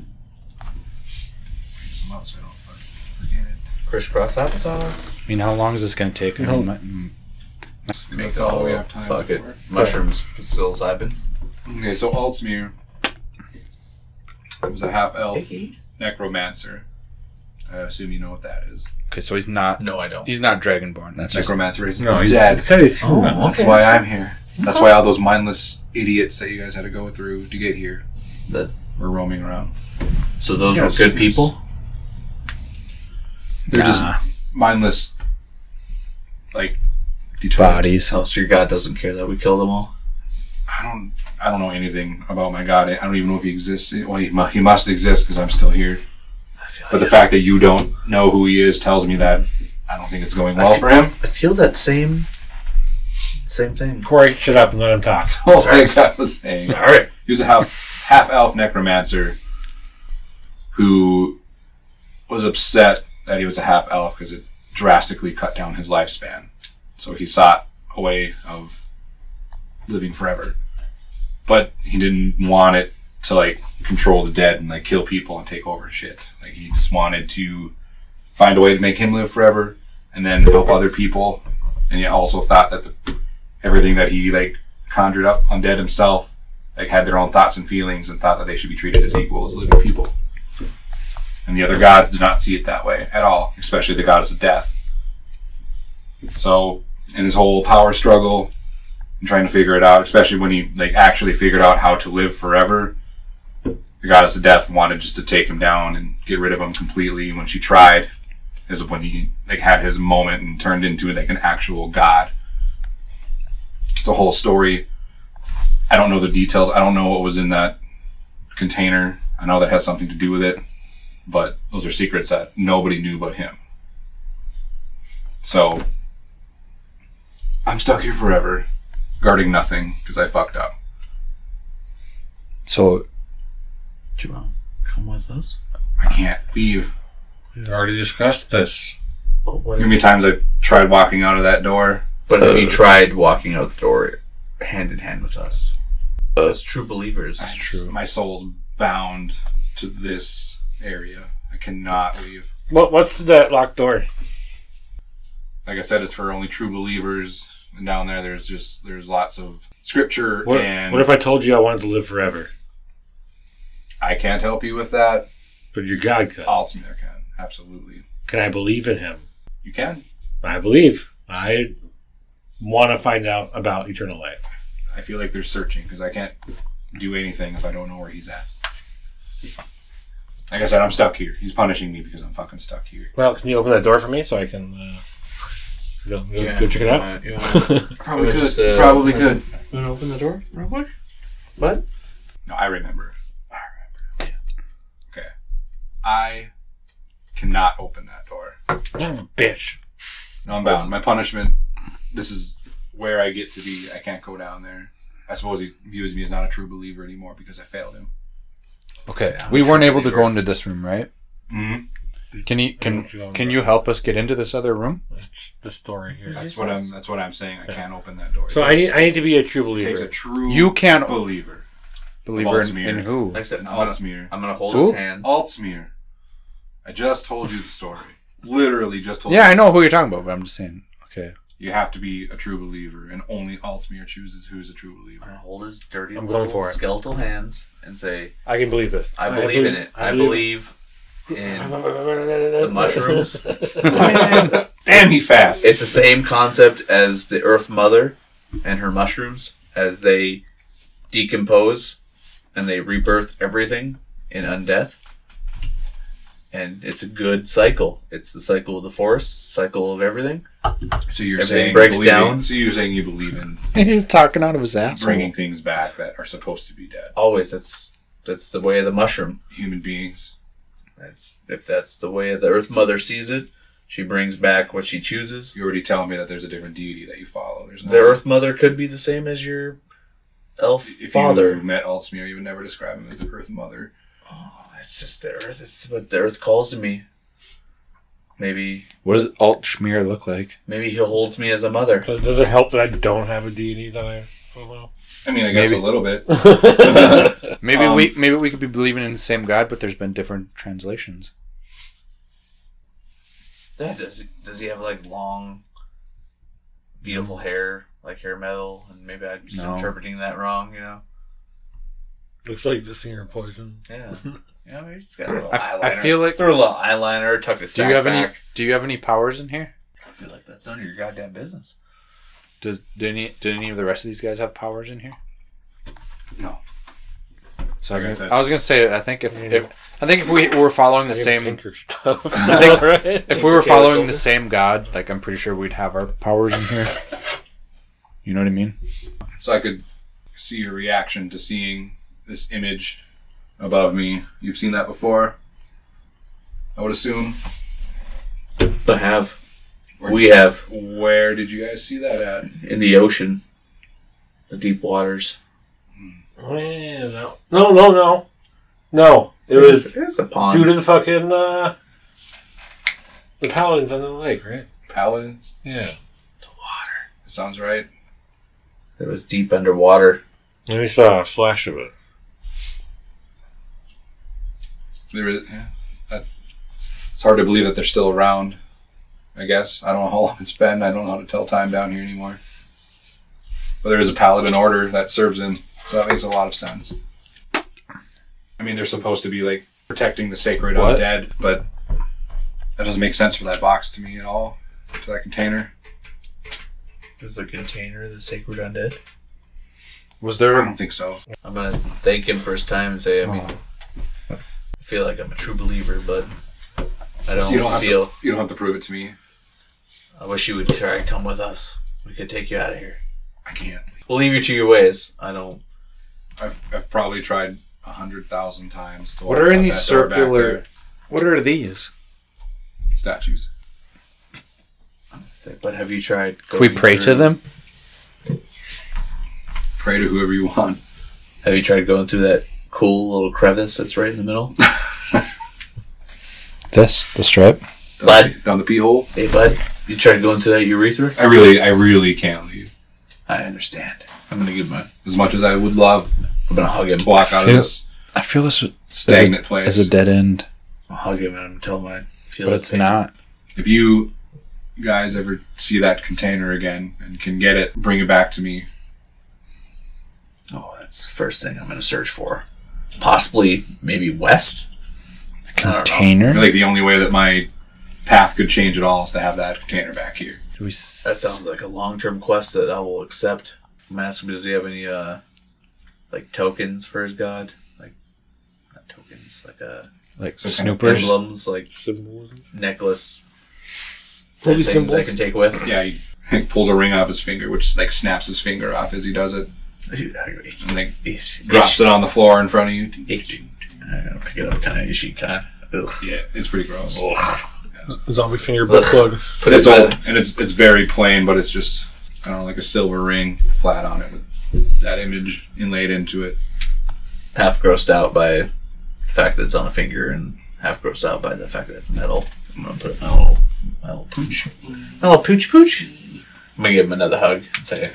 Speaker 4: Some else, I don't fucking forget it.
Speaker 6: Crisscross applesauce.
Speaker 1: I mean, how long is this gonna take? I
Speaker 3: No.
Speaker 1: might- mm,
Speaker 4: That's all we have time
Speaker 6: Fuck
Speaker 4: for.
Speaker 6: it. Mushrooms, psilocybin.
Speaker 4: Okay, so Altsmir was a half elf necromancer. I assume you know what that is.
Speaker 1: Okay, so he's not.
Speaker 6: No, I don't.
Speaker 1: He's not Dragonborn. That's just.
Speaker 4: necromancer is
Speaker 5: No, he's
Speaker 4: dead.
Speaker 5: He said he's human.
Speaker 4: That's why I'm here. That's why all those mindless idiots that you guys had to go through to get here
Speaker 6: That-
Speaker 4: were roaming around.
Speaker 6: So those
Speaker 4: Yeah,
Speaker 6: were good
Speaker 4: it's-
Speaker 6: people.
Speaker 4: They're just
Speaker 1: Nah.
Speaker 4: mindless, like determined.
Speaker 1: bodies.
Speaker 6: Oh, so your God doesn't care that we kill them all.
Speaker 4: I don't. I don't know anything about my god. I don't even know if he exists. Well, he, mu- he must exist because I'm still here.
Speaker 6: I feel
Speaker 4: But the fact that you don't know who he is tells me that I don't think it's going well for him.
Speaker 6: I feel that same, same thing.
Speaker 3: Corey, shut up and let him talk.
Speaker 4: Oh, like I was saying,
Speaker 6: Sorry.
Speaker 4: he was a half half elf necromancer who was upset that he was a half elf because it drastically cut down his lifespan. So he sought a way of living forever, but he didn't want it to like control the dead and like kill people and take over shit. Like he just wanted to find a way to make him live forever and then help other people. And he also thought that the, everything that he like conjured up undead himself like had their own thoughts and feelings and thought that they should be treated as equal as living people. And the other gods did not see it that way at all, especially the goddess of death. So in his whole power struggle and trying to figure it out, especially when he like actually figured out how to live forever, the goddess of death wanted just to take him down and get rid of him completely. And when she tried, is when he like had his moment and turned into like an actual god. It's a whole story. I don't know the details. I don't know what was in that container. I know that has something to do with it, but those are secrets that nobody knew but him. So I'm stuck here forever, guarding nothing because I fucked up.
Speaker 1: So
Speaker 6: Do you want to come with us?
Speaker 4: I can't leave.
Speaker 5: We already discussed this.
Speaker 6: But what
Speaker 4: How many times I tried walking out of that door?
Speaker 6: But if he tried walking out the door hand in hand with us, as true believers,
Speaker 4: That's true. My soul's bound to this area. I cannot leave.
Speaker 3: What, what's that locked door?
Speaker 4: like I said, it's for only true believers. And down there, there's just there's lots of scripture,
Speaker 3: What,
Speaker 4: and
Speaker 3: what if I told you I wanted to live forever?
Speaker 4: I can't help you with that,
Speaker 3: But your God could.
Speaker 4: Alsmir can absolutely.
Speaker 3: Can I believe in him?
Speaker 4: You can.
Speaker 3: I believe. I want to find out about eternal life.
Speaker 4: I feel like they're searching because I can't do anything if I don't know where he's at. Like I said, I'm stuck here. He's punishing me because I'm fucking stuck here.
Speaker 3: Well, can you open that door for me so I can uh, go, go, go check it out?
Speaker 4: Probably
Speaker 6: could,
Speaker 4: could.
Speaker 6: just, uh,
Speaker 4: probably could.
Speaker 6: want to open the door real quick? What?
Speaker 4: No, I remember. I remember. Okay. I cannot open that door.
Speaker 3: Son of a bitch.
Speaker 4: No, I'm bound. My punishment. This is where I get to be. I can't go down there. I suppose he views me as not a true believer anymore because I failed him.
Speaker 1: okay, we weren't able to go into this room, right?
Speaker 4: Mm-hmm.
Speaker 1: Can you can
Speaker 3: Sure.
Speaker 1: can you help us get into this other room?
Speaker 3: It's the story here.
Speaker 4: That's what I'm. That's what I'm saying. I can't open that door.
Speaker 3: So
Speaker 4: It
Speaker 3: I need, I need to be a true
Speaker 4: takes- takes a
Speaker 3: believer.
Speaker 4: true
Speaker 1: You can't
Speaker 4: believer.
Speaker 1: believe in,
Speaker 4: Valsmere.
Speaker 1: in who?
Speaker 6: Like I said,
Speaker 4: An
Speaker 6: I'm gonna,
Speaker 4: Altsmir.
Speaker 6: I'm gonna hold
Speaker 1: Who?
Speaker 6: his hands.
Speaker 4: Altsmir. I just told you the story. Literally just told.
Speaker 1: Yeah,
Speaker 4: you
Speaker 1: I
Speaker 4: the
Speaker 1: know
Speaker 4: story.
Speaker 1: who you're talking about, but I'm just saying. Okay,
Speaker 4: You have to be a true believer, and only Altsmir chooses who's a true
Speaker 6: I'm
Speaker 4: believer.
Speaker 6: gonna hold his dirty
Speaker 3: I'm
Speaker 6: little
Speaker 3: going for it.
Speaker 6: skeletal hands and say,
Speaker 3: I can believe this.
Speaker 6: "I believe in it. I believe in the mushrooms."
Speaker 3: mushrooms.
Speaker 4: Damn, he fast.
Speaker 6: It's the same concept as the Earth Mother and her mushrooms as they decompose and they rebirth everything in undeath. And it's a good cycle. It's the cycle of the forest, cycle of everything.
Speaker 4: So you're
Speaker 6: Everything
Speaker 4: saying
Speaker 6: breaks
Speaker 4: you believe in-
Speaker 6: down.
Speaker 4: So you're saying you believe in
Speaker 1: He's talking out of his ass.
Speaker 4: bringing things back that are supposed to be dead.
Speaker 6: Always, that's that's the way of the mushroom.
Speaker 4: Human beings.
Speaker 6: That's if that's the way the Earth Mother sees it. She brings back what she chooses.
Speaker 4: You're already telling me that there's a different deity that you follow. There's no
Speaker 6: The Earth Mother could be the same as your elf
Speaker 4: If
Speaker 6: father.
Speaker 4: you met Alsmir, you would never describe him as the Earth Mother.
Speaker 6: It's just the earth. It's what the earth calls to me. Maybe,
Speaker 1: What does Alt Schmear look like?
Speaker 6: maybe he holds me as a mother.
Speaker 3: Does, does it help that I don't have a deity that I follow?
Speaker 4: I mean, I guess
Speaker 1: Maybe.
Speaker 4: a little bit.
Speaker 1: Maybe
Speaker 4: Um,
Speaker 1: we maybe we could be believing in the same God, but there's been different translations.
Speaker 6: Yeah, does does he have like long, beautiful hair, like hair metal? And maybe I'm just
Speaker 1: No.
Speaker 6: interpreting that wrong. You know?
Speaker 3: Looks like the singer of Poison.
Speaker 6: Yeah. you know, maybe he's got a little
Speaker 1: I,
Speaker 6: eyeliner.
Speaker 1: I feel like.
Speaker 6: throw a little eyeliner, tuck his.
Speaker 1: Do you have any? Do you have any powers in here?
Speaker 6: I feel like that's none of your goddamn business.
Speaker 1: Does do any do any of the rest of these guys have powers in here?
Speaker 4: No.
Speaker 1: So I was,
Speaker 4: Like I
Speaker 1: gonna,
Speaker 4: said-
Speaker 1: I was gonna say I think if, if I think if we were following the same
Speaker 3: Tinker stuff.
Speaker 1: think-
Speaker 3: Right?
Speaker 1: if we were following the same God, like I'm pretty sure we'd have our powers in here. You know what I mean?
Speaker 4: So I could see your reaction to seeing this image above me. You've seen that before, I would assume.
Speaker 6: I have
Speaker 4: Or
Speaker 6: We
Speaker 4: just-
Speaker 6: have.
Speaker 4: Where did you guys see that at?
Speaker 6: in the ocean, the deep waters.
Speaker 3: Oh, yeah, is that- No, no, no. No. It was
Speaker 6: It's a pond.
Speaker 3: due to the fucking uh, the paladins on the lake, right?
Speaker 4: Paladins?
Speaker 3: Yeah.
Speaker 4: That sounds right.
Speaker 6: it was deep underwater.
Speaker 3: And we saw a flash of it.
Speaker 4: There is. Yeah, that, it's hard to believe that they're still around. I guess I don't know how long it's been. I don't know how to tell time down here anymore. But there is a paladin order that serves him, so that makes a lot of sense. I mean, they're supposed to be like protecting the sacred
Speaker 3: What?
Speaker 4: undead, but that doesn't make sense for that box to me at all. To that container,
Speaker 6: Is the container the sacred undead?
Speaker 1: Was
Speaker 4: I
Speaker 1: there
Speaker 4: don't think so.
Speaker 6: I'm gonna thank him for his time and say, I
Speaker 4: Oh.
Speaker 6: mean, I feel like I'm a true believer, but I don't,
Speaker 4: So you don't have
Speaker 6: feel.
Speaker 4: to. You don't have to prove it to me.
Speaker 6: I wish you would try and come with us. We could take you out of here.
Speaker 4: I can't.
Speaker 6: We'll leave you to your ways. I don't.
Speaker 4: I've, I've probably tried a hundred thousand times to.
Speaker 1: What
Speaker 4: walk
Speaker 1: are in
Speaker 4: out
Speaker 1: these
Speaker 4: that door back
Speaker 1: circular? What are these?
Speaker 4: there. statues?
Speaker 6: Say, but have you tried?
Speaker 1: Can we
Speaker 6: going
Speaker 1: pray to
Speaker 6: through-
Speaker 1: them?
Speaker 4: Pray to whoever you want.
Speaker 6: Have you tried going through that cool little crevice that's right in the middle?
Speaker 1: This the stripe.
Speaker 4: Down
Speaker 6: Bud.
Speaker 4: the- down the pee hole.
Speaker 6: hey, bud, you tried going through that urethra?
Speaker 4: I really, I really can't leave.
Speaker 6: I understand. I'm gonna give my.
Speaker 4: As much as I would love
Speaker 6: I'm gonna hug him.
Speaker 4: to walk out of
Speaker 1: Feel-
Speaker 4: this
Speaker 1: I feel this
Speaker 4: stagnant place,
Speaker 1: is a dead end,
Speaker 6: I'll hug him and I'm gonna tell him I feel.
Speaker 1: but
Speaker 6: his
Speaker 1: it's
Speaker 6: pain.
Speaker 1: not.
Speaker 4: if you guys ever see that container again and can get it, bring it back to me.
Speaker 6: Oh, that's the first thing I'm going to search for. Possibly, maybe west. I don't know.
Speaker 4: I feel
Speaker 1: Container.
Speaker 4: like the only way that my path could change at all is to have that container back here.
Speaker 1: Do we s-
Speaker 6: That sounds like a long-term quest that I will accept. I'm asking, does he have any uh, like tokens for his god? Like not tokens, like uh,
Speaker 1: like
Speaker 4: some kind of
Speaker 1: snoopers.
Speaker 6: emblems, like
Speaker 3: Symbolism.
Speaker 6: necklace,
Speaker 3: Holy
Speaker 6: things I
Speaker 3: symbols.
Speaker 6: can take with.
Speaker 4: Yeah, he, he pulls a ring off his finger, which like snaps his finger off as he does it,
Speaker 6: Dude, I, I,
Speaker 4: and like
Speaker 6: it's-
Speaker 4: drops it on the floor in front of you.
Speaker 6: it's- I'm gonna pick it up, kind of ishy, kind. Ugh.
Speaker 4: Yeah, it's pretty gross.
Speaker 3: Zombie finger butt plugs.
Speaker 6: Put
Speaker 4: it's
Speaker 6: it
Speaker 4: old
Speaker 6: back.
Speaker 4: and it's it's very plain, but it's just I don't know, like a silver ring flat on it with that image inlaid into it.
Speaker 6: half grossed out by the fact that it's on a finger, and half grossed out by the fact that it's metal. I'm gonna put it in my little, my little pooch, my little pooch pooch. I'm gonna give him another hug and say,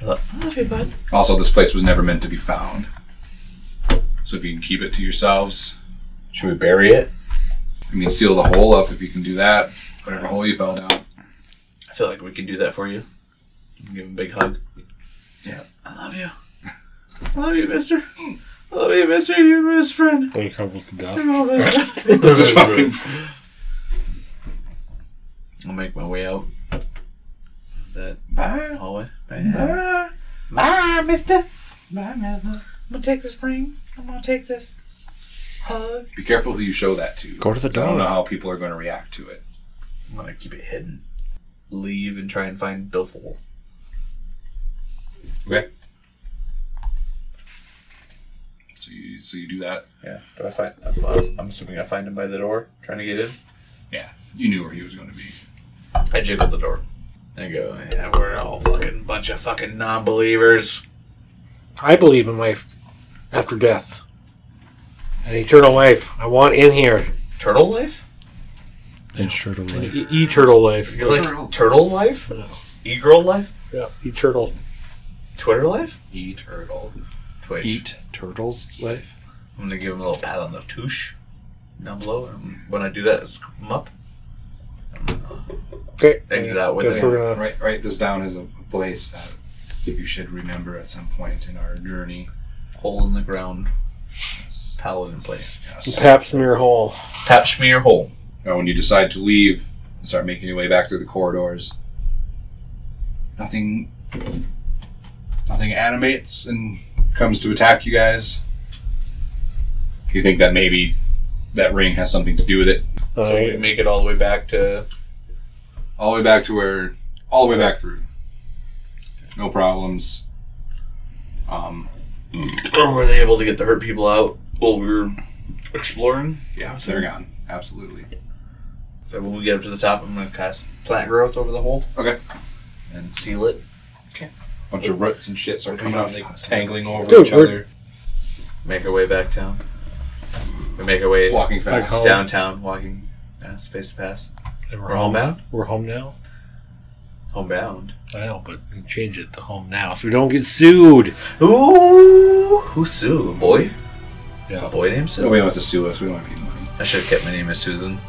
Speaker 6: I love I love you, bud.
Speaker 4: Also, this place was never meant to be found. So if you can keep it to yourselves,
Speaker 6: Should we bury it?
Speaker 4: I mean, seal the hole up if you can do that. Whatever hole you fell down.
Speaker 6: I feel like we can do that for you. Give him a big hug.
Speaker 4: Yeah.
Speaker 6: I love you. I love you, mister. I love you, mister. You're my best friend.
Speaker 3: When it crumbles to
Speaker 6: You're
Speaker 3: dust.
Speaker 6: my best friend.
Speaker 4: Just fucking-
Speaker 6: I'll make my way out that
Speaker 4: Bye.
Speaker 6: hallway.
Speaker 4: Bye. Bye, mister. Bye, mister.
Speaker 6: I'm gonna take this ring. I'm gonna take this hug.
Speaker 4: Be careful who you show that to.
Speaker 1: Go to the
Speaker 4: I don't know
Speaker 1: door.
Speaker 4: how people are going to react to it.
Speaker 6: I'm gonna keep it hidden. Leave and try and find Billfold.
Speaker 4: Okay. So you, so you do that.
Speaker 6: Yeah. Do I find? I'm, I'm assuming I find him by the door, trying to get in.
Speaker 4: Yeah. You knew where he was going to be.
Speaker 6: I jiggle the door. I go, yeah, we're all fucking bunch of fucking non-believers.
Speaker 3: I believe in life after death. An eternal life. I want in here.
Speaker 6: Turtle life?
Speaker 1: And sure to leave.
Speaker 3: E- eternal life.
Speaker 6: You're like turtle, life? E-girl life?
Speaker 3: Yeah, eternal.
Speaker 6: Twitter life?
Speaker 4: E turtle.
Speaker 6: Twitch.
Speaker 1: Eat turtles life.
Speaker 6: I'm gonna give him a little pat on the touche down below. And when I do that, I scoop him up.
Speaker 3: Okay.
Speaker 6: Exit out with
Speaker 3: Guess
Speaker 6: it.
Speaker 3: we're gonna
Speaker 4: Write, write this down as a, a place that you should remember at some point in our journey.
Speaker 6: Hole in the ground. Pallet in place.
Speaker 4: Yes.
Speaker 3: pap smear hole.
Speaker 6: Tap smear hole.
Speaker 4: Now, when you decide to leave and start making your way back through the corridors, nothing, nothing animates and comes to attack you guys. You think that maybe that ring has something to do with it?
Speaker 6: So we
Speaker 3: Alright.
Speaker 6: make it all the way back to
Speaker 4: All the way back to where, all the way back through. No problems. Um,
Speaker 6: or were they able to get the hurt people out while we were exploring?
Speaker 4: yeah, they're gone. Absolutely.
Speaker 6: So when we get up to the top, I'm gonna cast plant growth over the hole
Speaker 4: Okay.
Speaker 6: and seal it.
Speaker 4: bunch of roots and shit start coming out and they tangling over
Speaker 3: Dude,
Speaker 4: each
Speaker 3: we're-
Speaker 4: other.
Speaker 6: Make our way back town. We make our way
Speaker 4: Walking fast.
Speaker 3: home.
Speaker 6: downtown, walking past, face to pass.
Speaker 5: And
Speaker 6: We're homebound.
Speaker 3: We're home now.
Speaker 6: Homebound.
Speaker 3: I know, but we change it to home now so we don't get sued.
Speaker 6: Ooh, who's Sue? A boy?
Speaker 3: Yeah.
Speaker 6: A boy named Sue.
Speaker 4: Nobody wants to sue us. We don't want to be money.
Speaker 6: I should have kept my name as Susan.